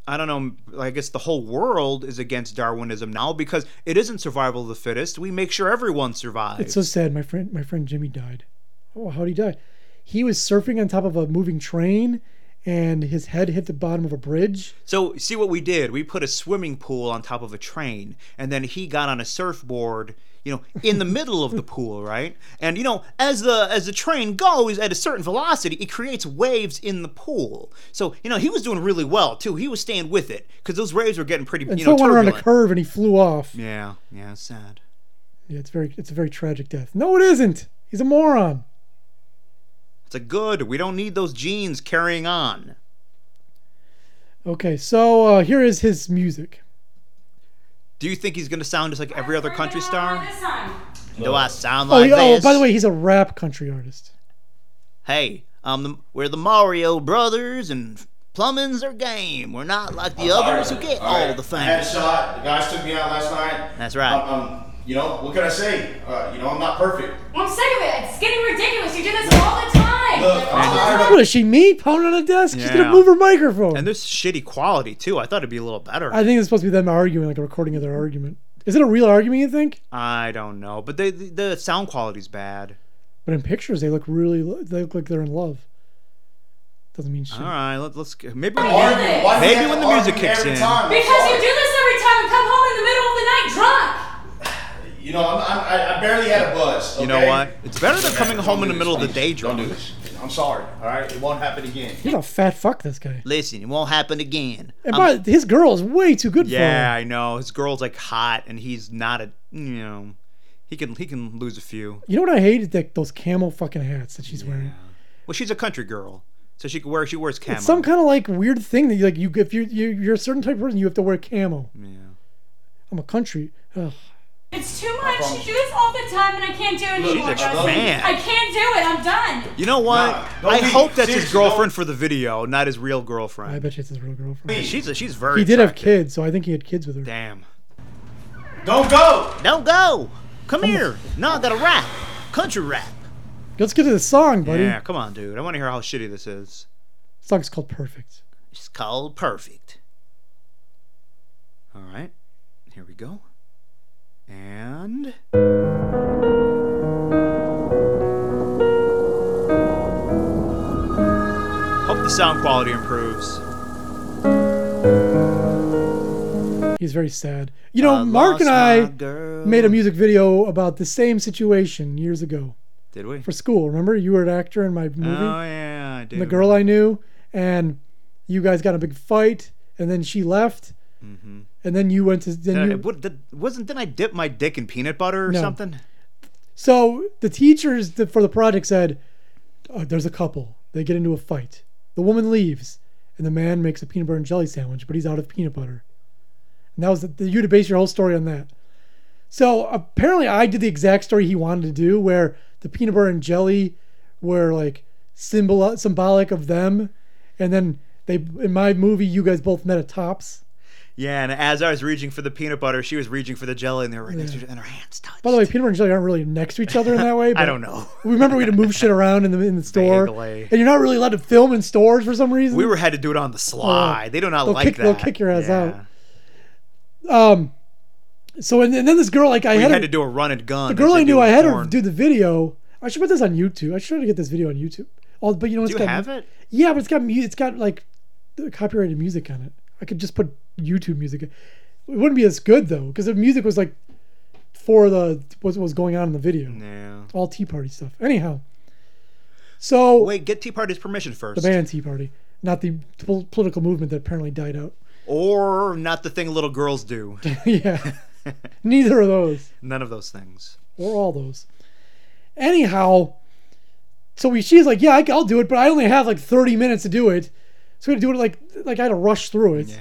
S2: I don't know, I guess the whole world is against Darwinism now because it isn't survival of the fittest. We make sure everyone survives.
S3: it's so sad. My friend, my friend Jimmy died. Oh, how'd he die? He was surfing on top of a moving train, and his head hit the bottom of a bridge.
S2: So, see what we did? We put a swimming pool on top of a train, and then he got on a surfboard, you know, in the middle of the pool, right? And you know, as the as the train goes at a certain velocity, it creates waves in the pool. So, you know, he was doing really well too. He was staying with it because those waves were getting pretty,
S3: And
S2: you know,
S3: someone went around a
S2: turbulent.
S3: curve and he flew off.
S2: Yeah, yeah, sad.
S3: Yeah, it's very it's a very tragic death. No, it isn't. He's a moron.
S2: It's a good. We don't need those genes carrying on.
S3: Okay, so uh, here is his music.
S2: Do you think he's gonna sound just like every other country star? Do I sound
S3: Oh,
S2: like
S3: yeah, oh,
S2: this?
S3: by the way, he's a rap country artist.
S2: Hey, um, the, we're the Mario Brothers, and plumbing's our game. We're not like the others who get all
S15: I
S2: the
S15: had a
S2: fame.
S15: shot. The guys took me out last night.
S2: That's right.
S15: Um, um, you know, what can I say? Uh, you know, I'm not perfect.
S13: I'm sick of it. It's getting ridiculous. You do this all the time.
S3: What is she? Me pounding on a desk? She's gonna
S2: Yeah.
S3: move her microphone.
S2: And there's shitty quality too. I thought it'd be a little better.
S3: I think it's supposed to be them arguing, like a recording of their argument. Is it a real argument? You think?
S2: I don't know, but the the, the sound quality's bad.
S3: But in pictures, they look really. lo- They look like they're in love. Doesn't mean shit.
S2: All right, let, let's maybe when,
S13: Why do this? Why do we
S2: maybe
S13: have
S2: when
S13: to
S2: the music
S13: argue
S2: kicks
S13: every
S2: in.
S13: Because you do this every time and come home in the middle of the night drunk.
S15: You know, I'm, I'm, I I barely had a buzz.
S2: You know
S15: okay?
S2: what? It's better than coming home in the middle of the day drunk.
S15: I'm sorry. All right, it won't happen again.
S3: He's a fat fuck, this guy.
S2: Listen, it won't happen again.
S3: And
S2: I'm-
S3: but his girl is way too good
S2: Um, yeah,
S3: for him.
S2: I know. His girl's like hot, and he's not a you know. He can he can lose a few.
S3: You know what I hated? That those camel fucking hats that she's wearing.
S2: Well, she's a country girl, so she can wear she wears camo.
S3: It's some kind of like weird thing that you like. You if you you you're a certain type of person, you have to wear camo. Yeah. I'm a country. Ugh.
S13: It's too much. You do this all the time, and I can't do it
S2: Look,
S13: anymore.
S2: she's a
S13: guys.
S2: fan.
S13: I can't do it. I'm done.
S2: you know what?
S15: don't
S2: I
S15: be-
S2: hope that's his
S15: seriously, don't-
S2: girlfriend for the video, not his real girlfriend.
S3: I bet you it's his real girlfriend.
S2: She's a, she's very.
S3: He did have
S2: attractive.
S3: kids, so I think he had kids with her.
S2: Damn. Don't go. Don't go. Come here. No, I got a rap. Country rap.
S3: Let's get to the song, buddy.
S2: Yeah, come on, dude. I want to hear how shitty this is.
S3: song's called Perfect.
S2: It's called Perfect. All right. Here we go. And hope the sound quality improves.
S3: He's very sad. You know,
S2: I
S3: Mark and
S2: lost
S3: I
S2: my girl.
S3: made a music video about the same situation years ago
S2: Did we?
S3: for school. Remember, you were an actor in my movie.
S2: Oh yeah, I do.
S3: and the girl I knew, and you guys got in a big fight, and then she left,
S2: Mm-hmm.
S3: and then you went to then
S2: Did I,
S3: you.
S2: what, did, wasn't then I dip my dick in peanut butter or
S3: No.
S2: something?
S3: So the teachers th- for the project said, uh, "There's a couple. They get into a fight. The woman leaves, and the man makes a peanut butter and jelly sandwich, but he's out of peanut butter." And that was the, you to base your whole story on that. So apparently, I did the exact story he wanted to do, where the peanut butter and jelly were like symbol symbolic of them, and then they in my movie you guys both met at Tops.
S2: Yeah, and as I was reaching for the peanut butter, she was reaching for the jelly, and they were right next to each other, and her hands touched.
S3: By the way, peanut butter and jelly aren't really next to each other in that way.
S2: I
S3: But
S2: don't know.
S3: We remember we had to move shit around in the in the store,
S2: Vaguely.
S3: and you're not really allowed to film in stores for some reason.
S2: We were had to do it on the sly. they do not like
S3: kick,
S2: that.
S3: Oh, They'll kick your ass out. Um, so and, and then this girl, like I
S2: we
S3: had,
S2: had, to
S3: a-
S2: do a run and gun.
S3: the girl
S2: as they
S3: I
S2: do
S3: knew, I
S2: with
S3: had her
S2: porn.
S3: do the video. I should put this on YouTube. I should try to get this video on YouTube. Oh, but you know,
S2: Do
S3: it's
S2: you
S3: got
S2: have it?
S3: yeah, but it's got mu- it's got like the copyrighted music on it. I could just put YouTube music. It wouldn't be as good though, because the music was like for the what was going on in the video.
S2: Yeah.
S3: All Tea Party stuff. Anyhow, so
S2: Wait, get Tea Party's permission first,
S3: the band Tea Party, not the pol- political movement that apparently died out.
S2: or not the thing little girls do.
S3: yeah, neither of those.
S2: None of those things.
S3: or all those. Anyhow, so we, she's like, yeah, I- I'll do it, but I only have like 30 minutes to do it. So we had to do it like, like I had to rush through it.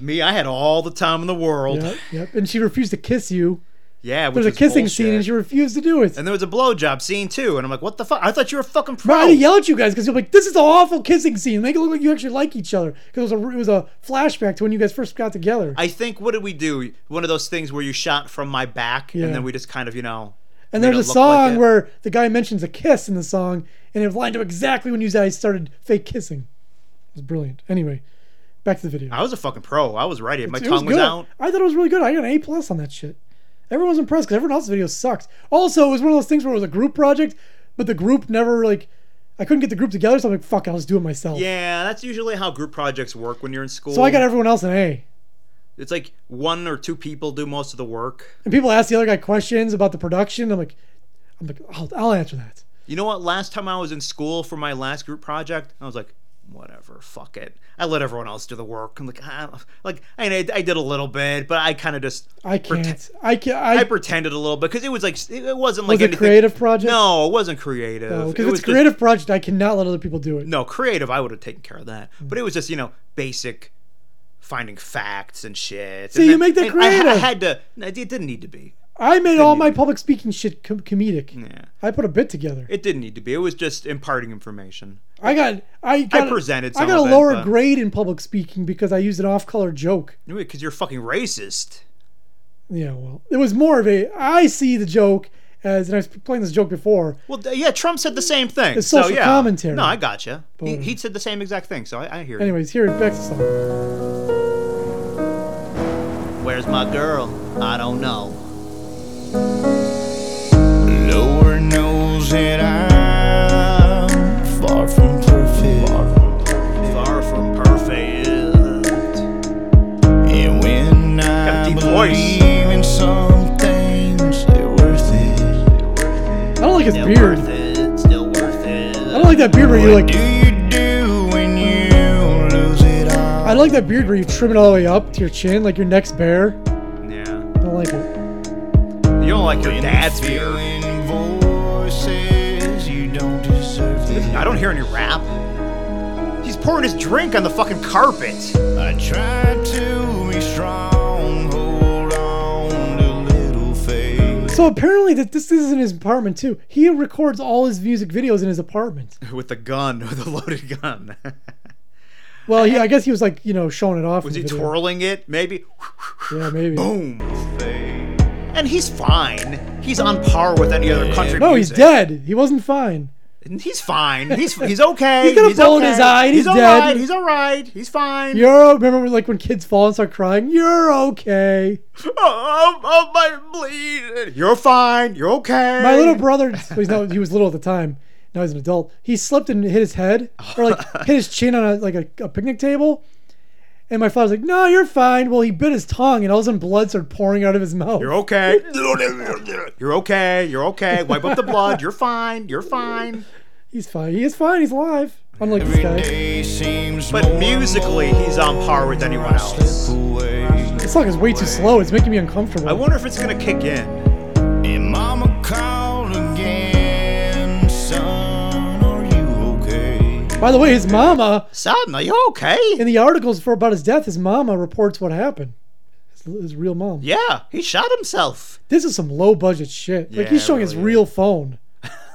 S2: Me, I had all the time in the world.
S3: Yep, yep. And she refused to kiss you.
S2: Yeah, which
S3: There's a
S2: was
S3: kissing
S2: bullshit.
S3: scene and she refused to do it.
S2: And there was a blowjob scene too, and I'm like, what the fuck? I thought you were fucking
S3: But I
S2: pro.
S3: had to yell at you guys because you're like, this is an awful kissing scene. Make it look like you actually like each other. Because it, was a- it was a flashback to when you guys first got together.
S2: I think what did we do? One of those things where you shot from my back,
S3: Yeah.
S2: and then we just kind of, you know.
S3: And
S2: made it
S3: there's a
S2: look like
S3: song
S2: it.
S3: where the guy mentions a kiss in the song, and it lined up exactly when you guys started fake kissing. It was brilliant. Anyway, back to the video.
S2: I was a fucking pro. I was ready. My
S3: It
S2: tongue was,
S3: good.
S2: out.
S3: I thought it was really good. I got an A plus on that shit. Everyone was impressed because everyone else's video sucked. Also, it was one of those things where it was a group project, but the group never like I couldn't get the group together, so I'm like, fuck, I'll just do it myself.
S2: Yeah, that's usually how group projects work when you're in school.
S3: So I got everyone else an A.
S2: It's like one or two people do most of the work.
S3: And people asked the other guy questions about the production. I'm like, I'm like, I'll, I'll answer that.
S2: You know what? Last time I was in school for my last group project, I was like, whatever, fuck it. I let everyone else do the work. I'm like, ah, like I, I did a little bit, but I kind of just
S3: I can't. I can't. I,
S2: I, pretended a little bit because it was like it wasn't
S3: was
S2: like
S3: it
S2: anything.
S3: creative project?
S2: No, it wasn't creative.
S3: because
S2: It was
S3: it's a
S2: just-
S3: creative project. I cannot let other people do it.
S2: no, creative. I would have taken care of that,
S3: Mm.
S2: but it was just you know basic finding facts and shit.
S3: See,
S2: And
S3: you make that
S2: and I- I,
S3: creative.
S2: had to. It didn't need to be.
S3: I made all my public speaking shit com- comedic. I put a bit together.
S2: It didn't need to be. It was just imparting information.
S3: I got I got
S2: presented
S3: I
S2: some
S3: got a
S2: of it,
S3: lower
S2: but-
S3: grade in public speaking because I used an off-color joke.
S2: Because you're fucking racist.
S3: Yeah, well, it was more of a I see the joke as and I was playing this joke before.
S2: Well, th- yeah, Trump said the same thing.
S3: It's
S2: so,
S3: social
S2: yeah.
S3: commentary.
S2: No, I gotcha. He,
S3: Boom.
S2: he said the same exact thing, so I, I hear
S3: Anyways, here back to the song.
S2: you. Where's my girl? I don't know.
S16: Lower knows that I'm far from perfect. Far from perfect. And when I believe in something,
S3: like that beard where you like. I like that beard where you trim it all the way up to your chin, like your neck's bare.
S2: Yeah.
S3: I like it.
S2: You don't like your dad's beard. I don't hear any rap. He's pouring his drink on the fucking carpet.
S16: I tried to be strong, hold on to little faith.
S3: So apparently, that this is in his apartment too. He records all his music videos in his apartment.
S2: With the gun, with a loaded gun.
S3: Well, yeah, I guess he was like, you know, showing it off.
S2: Was
S3: in
S2: he
S3: the video.
S2: twirling it? Maybe.
S3: Yeah, maybe.
S2: Boom. And he's fine. He's on par with any other country
S3: No, he's
S2: music.
S3: dead. He wasn't fine.
S2: He's fine. He's he's okay.
S3: He's gonna fold
S2: okay.
S3: his eye and
S2: He's,
S3: he's
S2: all
S3: dead.
S2: right. He's all right. He's fine.
S3: You're remember like when kids fall and start crying. You're okay.
S2: Oh, oh, oh, my bleed. You're fine. You're okay.
S3: My little brother, well, he's not, he was little at the time. Now he's an adult. He slipped and hit his head, or like hit his chin on a, like a, a picnic table. And my father's like, "No, you're fine." Well, he bit his tongue, and all of a sudden, blood started pouring out of his mouth.
S2: You're okay. You're okay. You're okay. Wipe up the blood. You're fine. You're fine.
S3: He's fine. He is fine. He's alive. Unlike this guy.
S2: But musically, he's on par with anyone else.
S3: This song is way too slow. It's making me uncomfortable.
S2: I wonder if it's gonna kick in.
S16: Mama called again, son, are you okay?
S3: By the way, his mama.
S2: Son, are you okay?
S3: In the articles for about his death, his mama reports what happened. His, his real mom.
S2: Yeah, he shot himself.
S3: This is some low budget shit. Like
S2: Yeah,
S3: he's showing his real phone.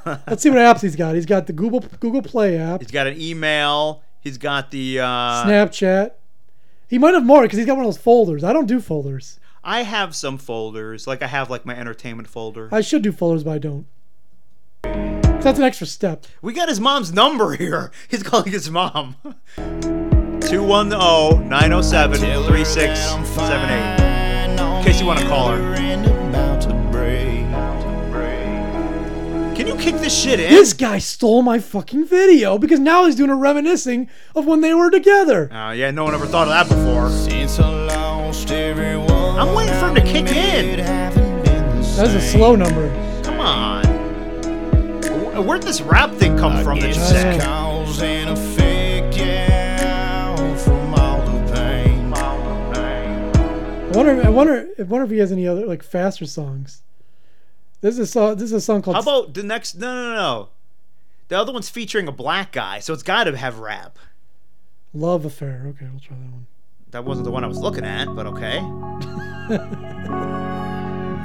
S3: Let's see what apps he's got. He's got the Google Google Play app,
S2: He's got an email. He's got the uh,
S3: Snapchat. He might have more because he's got one of those folders. I don't do folders.
S2: I have some folders. Like I have like my entertainment folder.
S3: I should do folders, but I don't. 'Cause That's an extra step.
S2: We got his mom's number here. He's calling his mom. 210-907-3678. In case you want to call her. Can you kick this shit in?
S3: This guy stole my fucking video because now he's doing a reminiscing of when they were together.
S2: Uh, yeah, no one ever thought of that before. I'm waiting for him to kick in.
S3: That's a slow number.
S2: Come on. Wh- Where'd this rap thing come from that you said?
S3: I wonder. I wonder. I wonder if he has any other like faster songs. This is a song. This is a song called.
S2: How about the next? No, no, no. The other one's featuring a black guy, so it's got to have rap.
S3: Love Affair. Okay, we'll try that one.
S2: That wasn't the one I was looking at, but okay.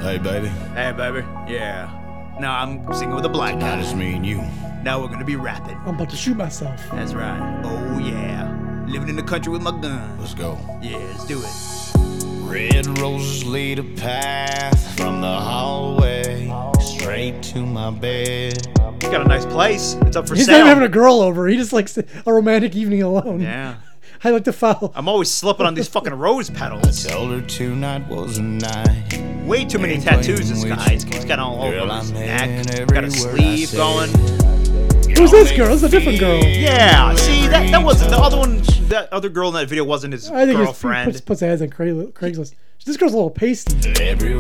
S16: Hey, baby.
S2: Hey, baby. Yeah. Now I'm singing with a black guy.
S16: It's me and you.
S2: Now we're gonna be rapping.
S3: I'm about to shoot myself.
S2: That's right. Oh yeah. Living in the country with my gun.
S16: Let's go.
S2: Yeah, let's do it.
S16: Red roses lead a path from the hallway straight to my bed.
S2: He's got a nice place. It's up for
S3: He's not
S2: sale.
S3: even having a girl over. He just likes a romantic evening alone.
S2: Yeah.
S3: I like to follow.
S2: I'm always slipping on these fucking rose petals.
S16: Told her tonight was a night.
S2: Way too many tattoos. This guy. He's he's got all over his neck. Got a sleeve going.
S3: Who's this girl? This is a different girl.
S2: Yeah. See, that that wasn't the other one. That other girl in that video wasn't his
S3: I think he's- he
S2: girlfriend.
S3: puts, puts ads on Craig- Craigslist. This girl's a little pasty.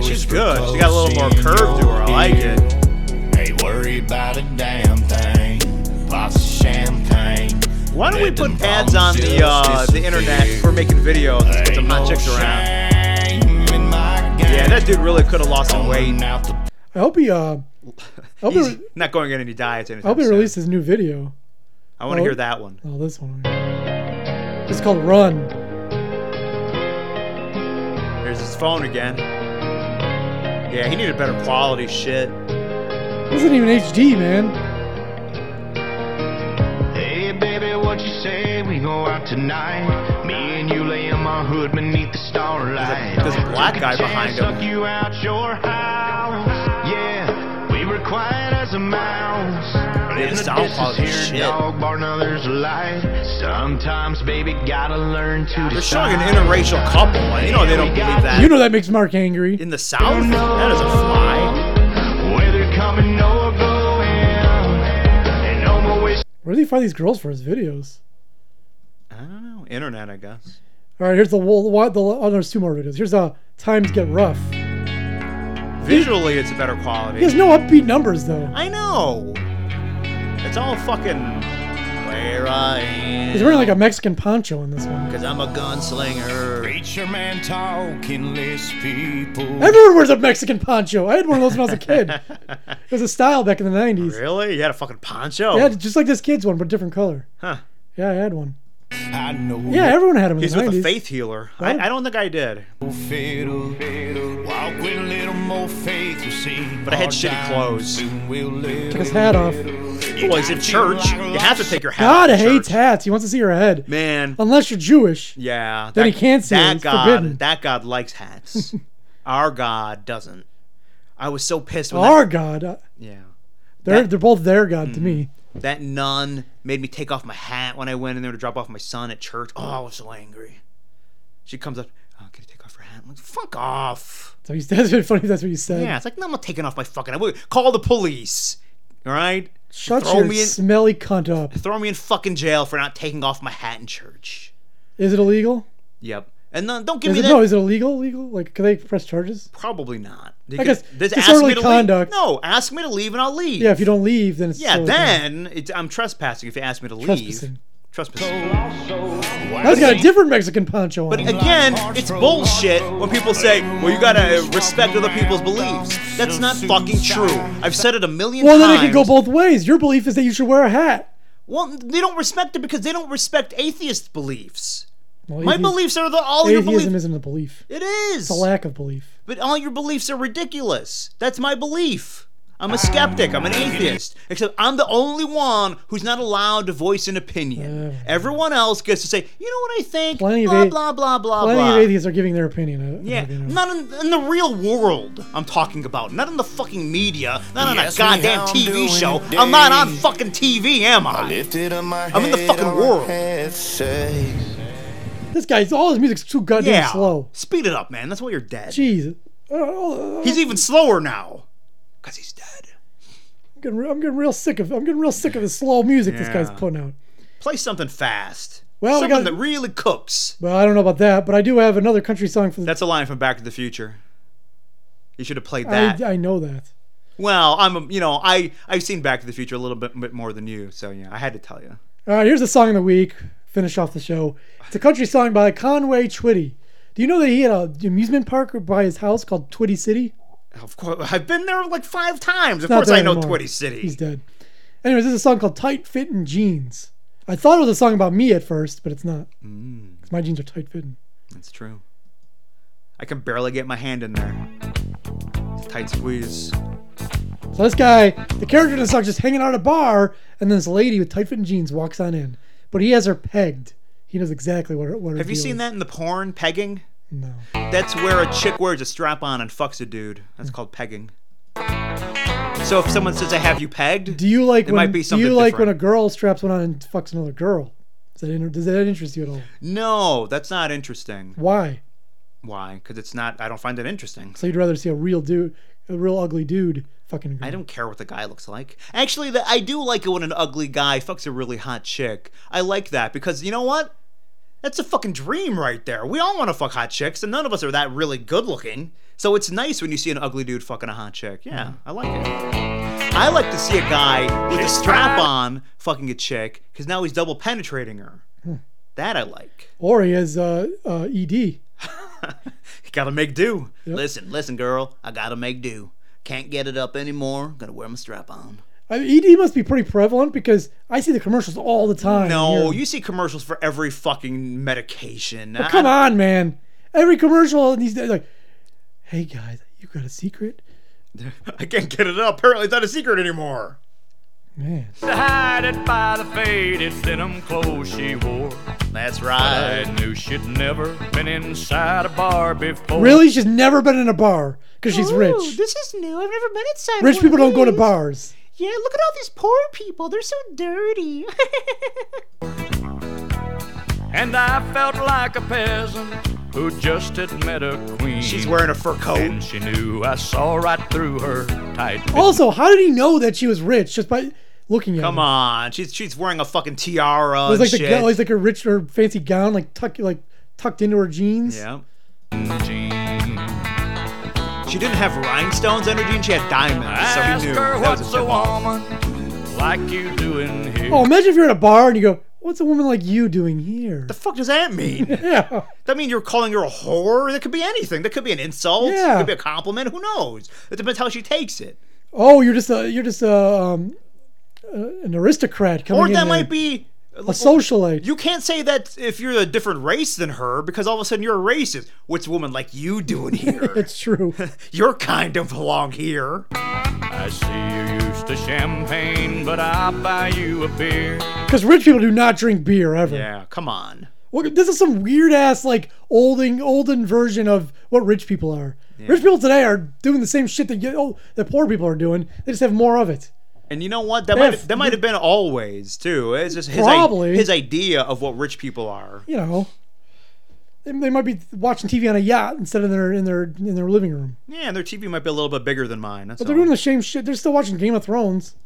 S2: She's good. She got a little more curve to her. I like it.
S16: Ain't worry about a damn thing. Lots of champagne.
S2: Why don't we put ads on the uh, the internet for making videos? Let's get some hot chicks around. Yeah, that dude really could have lost some weight.
S3: I hope he. Uh, I hope, he,
S2: He's
S3: re-
S2: not going on any diets.
S3: I hope
S2: Anytime
S3: he
S2: soon.
S3: released his new video.
S2: I want to hear that one.
S3: Oh, this one. It's called Run.
S2: There's his phone again. Yeah, he needed better quality shit.
S3: This isn't even HD, man.
S16: Hey, baby, what you say? We go out tonight. Me and you lay in my hood beneath the starlight.
S2: There's a black guy behind
S16: Suck
S2: him.
S16: you out your house. Yeah, we were quiet as a mouse.
S2: Yeah, the sound quality is shit.
S16: dog bark, now there's a light. Sometimes, baby, gotta learn to
S2: They're showing an interracial couple. and You know they don't believe that.
S3: You know that makes Mark angry.
S2: In the South? That is a fly.
S16: Whether coming or going. And no more wish.
S3: Where did he find these girls for his videos?
S2: I don't know. Internet, I guess.
S3: All right, here's the what the oh, there's two more videos. Here's uh times get rough.
S2: Visually, it's a better
S3: He has
S2: quality.
S3: no upbeat numbers though.
S2: I know. It's all fucking where I am.
S3: He's wearing like a Mexican poncho in this one.
S2: Cause I'm a gunslinger.
S16: Preacher man talking less people.
S3: Everyone wears a Mexican poncho. I had one of those when I was a kid. it was a style back in the 90s.
S2: Really? You had a fucking poncho?
S3: Yeah, just like this kid's one, but different color.
S2: Huh.
S3: Yeah, I had one.
S16: I know.
S3: Yeah, everyone had them in
S2: He's
S3: the
S2: with
S3: 90s.
S2: a faith healer. I, I don't think I did.
S16: Fiddle, fiddle. Walk with a little more faith, you see.
S2: But I had shitty clothes.
S3: Took his hat off.
S2: Well, he's in church. You have to take your hat
S3: God
S2: off. in
S3: hates
S2: church.
S3: hats. He wants to see your head.
S2: Man.
S3: Unless you're Jewish.
S2: Yeah.
S3: Then he can't see it.
S2: that
S3: It's
S2: God,
S3: forbidden.
S2: That God likes hats. Our God doesn't. I was so pissed when
S3: Our
S2: that,
S3: God. uh,
S2: Yeah.
S3: They're,
S2: That- Mm-hmm.
S3: they're both their God to me.
S2: that nun made me take off my hat when I went in there to drop off my son at church. Oh, I was so angry. She comes up, oh, can you take off your hat? I'm like, fuck off.
S3: So he's, that's really funny if that's what you said.
S2: Yeah, it's like, no, I'm not taking off my fucking hat. Call the police. All right?
S3: Shut
S2: throw
S3: your
S2: me in-
S3: smelly cunt up.
S2: Throw me in fucking jail for not taking off my hat in church.
S3: Is it illegal?
S2: Yep. And then don't give
S3: Is
S2: me
S3: it,
S2: that.
S3: No, is it illegal? Legal? Like, can they press charges?
S2: Probably not. They
S3: I guess
S2: just ask me
S3: disorderly
S2: to leave.
S3: conduct.
S2: No, ask me to leave and I'll leave.
S3: Yeah, if you don't leave, then it's
S2: Yeah,
S3: still-
S2: then it's, I'm trespassing if you ask me to leave.
S3: Trespassing.
S2: Trespassing.
S3: Now he's got a different Mexican poncho on.
S2: But again, it's bullshit when people say, well, you gotta respect other people's beliefs. That's not fucking true. I've said it a million
S3: well,
S2: times.
S3: then it can go both ways. Your belief is that you should wear a hat.
S2: Well, they don't respect it because they don't respect atheist beliefs.
S3: Well,
S2: My
S3: athe-
S2: beliefs are the, all your
S3: atheism
S2: beliefs.
S3: isn't a belief.
S2: It is.
S3: It's a lack of belief.
S2: But all your beliefs are ridiculous. That's my belief. I'm a skeptic. I'm an atheist. Except I'm the only one who's not allowed to voice an opinion. Everyone else gets to say, you know what I think?
S3: Plenty of
S2: blah,
S3: athe-
S2: blah, blah, blah,
S3: Plenty
S2: blah.
S3: of atheists are giving their opinion. uh,
S2: yeah, not in, in the real world I'm talking about. Not in the fucking media. Not on
S16: Yes,
S2: a
S16: me,
S2: goddamn
S16: how I'm
S2: TV
S16: doing
S2: show.
S16: today.
S2: I'm not on fucking TV, am I?
S16: Lifted up my
S2: I'm in the
S16: head,
S2: fucking
S16: all I
S2: world.
S16: had to say.
S3: This guy's all his music's too goddamn
S2: yeah.
S3: slow.
S2: Speed it up, man. That's why you're dead.
S3: Jeez. Uh, uh,
S2: He's even slower now.
S3: I'm getting, re- I'm getting real sick of. I'm getting real sick of the slow music this guy's
S2: Yeah.
S3: putting out.
S2: Play something fast.
S3: Well, we
S2: something
S3: got-
S2: that really cooks.
S3: Well, I don't know about that, but I do have another country song for the.
S2: That's a line from Back to the Future. You should have played that.
S3: I, I know that.
S2: well, I'm, a, you know, I I've seen Back to the Future a little bit, bit more than you, so yeah, I had to tell you.
S3: All right, here's the song of the week. Finish off the show. It's a country song by Conway Twitty. Do you know that he had a amusement park by his house called Twitty City?
S2: Of course, I've been there like five times. Of
S3: It's not
S2: course,
S3: there
S2: I know
S3: anymore.
S2: Twitty City.
S3: He's dead. Anyways, this is a song called Tight Fitting Jeans. I thought it was a song about me at first, but it's not.
S2: Mm,
S3: 'cause my jeans are tight fitting.
S2: that's true. I can barely get my hand in there. It's a tight squeeze.
S3: So this guy, the character in the song, just hanging out at a bar, and this lady with tight fitting jeans walks on in. But he has her pegged. He knows exactly what her, what her
S2: Have you
S3: deal
S2: seen
S3: is.
S2: that in the porn pegging?
S3: No.
S2: That's where a chick wears a strap on and fucks a dude. That's called pegging. So if someone says I have you pegged,
S3: Do you like
S2: It
S3: when
S2: might be
S3: do you
S2: something
S3: like
S2: different.
S3: when a girl straps one on and fucks another girl? Does that inter- does that interest you at all?
S2: no, that's not interesting.
S3: Why?
S2: Why? Because it's not. I don't find it interesting.
S3: So you'd rather see a real dude, a real ugly dude, fucking a girl.
S2: I don't care what the guy looks like. Actually, the, I do like it when an ugly guy fucks a really hot chick. I like that because you know what? That's a fucking dream right there. We all want to fuck hot chicks, and none of us are that really good looking. So it's nice when you see an ugly dude fucking a hot chick. Yeah, I like it. I like to see a guy with a strap on fucking a chick because now he's double penetrating her.
S3: Hmm.
S2: That I like.
S3: Or he has uh, uh, ED.
S2: You gotta make do. Listen, listen, girl. I gotta make do. Can't get it up anymore. Gotta wear my strap on.
S3: I mean, ED must be pretty prevalent because I see the commercials all the time.
S2: No,
S3: here.
S2: you see commercials for every fucking medication.
S3: But come on, man. Every commercial these days, like, hey guys, you got a secret?
S2: I can't get it up. Apparently, it's not a secret anymore.
S3: Man.
S17: to hide it by the faded denim clothes she wore.
S2: That's
S17: right. I knew she'd never been inside a bar
S2: Oh.
S17: before.
S3: Really? She's never been in a bar because she's rich.
S17: This is new. I've never been inside.
S3: Rich people don't go to bars.
S17: Yeah, look at all these poor people. They're so dirty. and I felt like a peasant who just had met a queen.
S2: She's wearing a fur coat.
S17: And she knew I saw right through her tight.
S3: Also, how did he know that she was rich just by looking at
S2: Come
S3: her?
S2: on, she's she's wearing a fucking tiara.
S3: It was
S2: and
S3: like the
S2: shit.
S3: gown- it was like a rich or fancy gown, like tucked like tucked into her jeans.
S2: yeah. She didn't have rhinestones on her jeans. She had diamonds, so he
S17: Ask
S2: knew
S17: her
S2: that was
S17: what's
S2: a
S17: a
S2: tip-off.
S17: woman like you doing here.
S3: Oh, imagine if you're at a bar and you go, "What's a woman like you doing here?"
S2: The fuck does that mean?
S3: yeah.
S2: That mean you're calling her a whore? That could be anything. That could be an insult. It
S3: Yeah.
S2: could be a compliment. Who knows? It depends how she takes it.
S3: Oh, you're just a you're just a um, uh, an aristocrat coming
S2: or
S3: in.
S2: that
S3: there.
S2: might be
S3: a socialite.
S2: You can't say that if you're a different race than her because all of a sudden you're a racist. What's a woman like you doing here?
S3: it's true.
S2: Your kind don't belong here.
S17: I see you used to champagne, but I'll buy you a beer.
S3: Because rich people do not drink beer ever.
S2: Yeah, come on.
S3: Look, this is some weird ass like olden olden version of what rich people are. Rich people today are doing the same shit that you, oh, that poor people are doing. They just have more of it.
S2: And you know what? That
S3: Yeah,
S2: might
S3: if
S2: that might have been always too. It's just his i-
S3: Probably.
S2: his idea of what rich people are.
S3: You know, they, they might be watching TV on a yacht instead of in their in their in their living room.
S2: Yeah, and their TV might be a little bit bigger than mine. That's
S3: But they're
S2: all.
S3: doing the same shit. They're still watching Game of Thrones.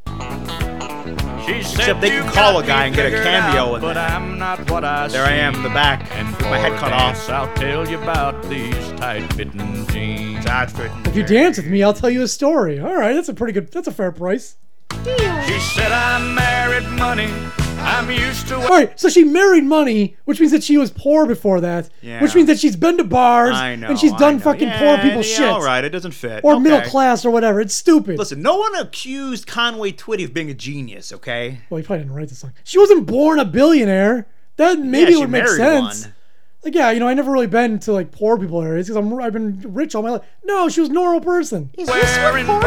S2: Except they can call a guy and get a cameo in
S17: But
S2: there.
S17: I'm not what I
S2: There I am in the back,
S17: and
S2: my head cut off.
S17: I'll tell you about these tight-fitting jeans.
S2: Tight-fitting.
S3: If you dance with me, I'll tell you a story. All right, that's a pretty good. That's a fair price.
S17: She said I married money. I'm used to
S3: All right, so she married money, which means that she was poor before that.
S2: Yeah.
S3: Which means that she's been to bars
S2: I know.
S3: and she's
S2: I
S3: done
S2: know.
S3: fucking
S2: Yeah,
S3: poor people
S2: yeah,
S3: shit
S2: All right, it doesn't fit.
S3: or
S2: Okay.
S3: middle class or whatever. It's stupid.
S2: Listen, no one accused Conway Twitty of being a genius. Okay.
S3: Well, he probably didn't write the song. She wasn't born a billionaire. That maybe
S2: she
S3: it would make
S2: married
S3: sense.
S2: one.
S3: Like, yeah, you know, I never really been to like poor people areas because I'm I've been rich all my life. No, she was a normal person.
S17: Where in world,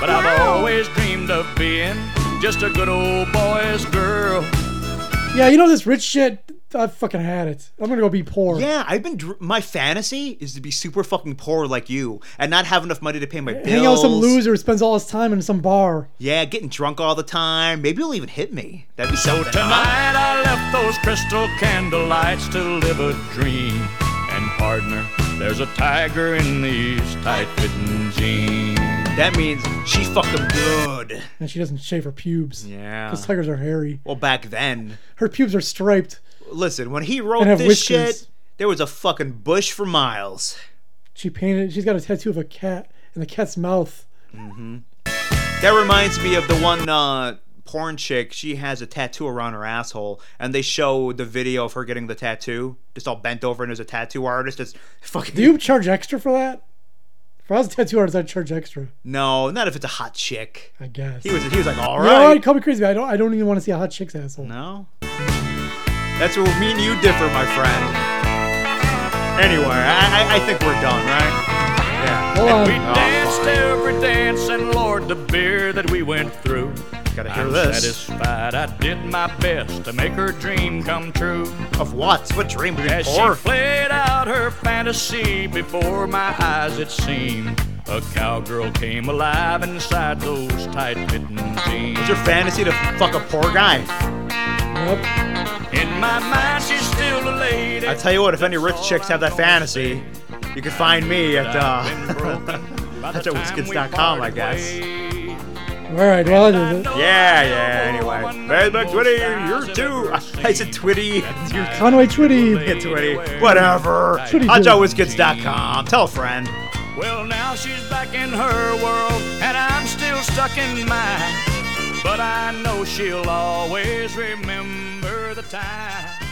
S17: but I've always dreamed of being just a good old boy's girl.
S3: Yeah, you know this rich shit. I fucking had it. I'm gonna go be poor.
S2: Yeah, I've been. Dr- my fantasy is to be super fucking poor like you, and not have enough money to pay my bills.
S3: Hang out with some loser who spends all his time in some bar.
S2: Yeah, getting drunk all the time. Maybe you'll even hit me. That'd be so
S17: Tonight I left those crystal candlelights to live a dream. And partner, there's a tiger in these tight-fitting jeans.
S2: That means she fucked him good.
S3: And she doesn't shave her pubes.
S2: Yeah.
S3: Because tigers are hairy.
S2: Well, back then,
S3: Her pubes are striped.
S2: listen, when he wrote
S3: And have
S2: this
S3: whiskers.
S2: shit, there was a fucking bush for miles.
S3: She painted. She's got a tattoo of a cat in the cat's mouth.
S2: hmm That reminds me of the one uh, porn chick. She has a tattoo around her asshole, and they show the video of her getting the tattoo, just all bent over, and there's a tattoo artist. It's fucking
S3: Do you charge extra for that? If I was a tattoo artist, I'd charge extra.
S2: no, not if it's a hot chick.
S3: I guess
S2: he was. He was like, all
S3: You know
S2: right.
S3: what? Call me crazy, but I don't. I don't even want to see a hot chick's asshole.
S2: No. That's where me and you differ, my friend. Anyway, I, I, I think we're done, right? Yeah.
S17: And we
S2: Oh,
S17: danced
S2: fuck.
S17: every dance, and Lord, the beer that we went through.
S2: Gotta hear
S17: I'm
S2: this.
S17: satisfied. I did my best to make her dream come true.
S2: Of what? What dream? Being
S17: As
S2: poor?
S17: she played out her fantasy before my eyes, it seemed a cowgirl came alive inside those tight-fitting jeans.
S2: It's your fantasy to fuck a poor guy.
S17: In my mind, she's still a lady.
S2: I tell you what, if any rich chicks have that fantasy, you can find me at uh, at WizKids.com, I guess.
S3: All right. Well, I did it.
S2: Yeah, yeah. Anyway, Hey, look, Twitty, you're too. I said Twitty. You're
S3: Conway Twitty.
S2: Yeah, Twitty. Whatever.
S3: Twitty
S2: Hot
S3: do.
S2: Joe WizKids.com. Tell a friend.
S17: Well, now she's back in her world, and I'm still stuck in mine. But I know she'll always remember the time.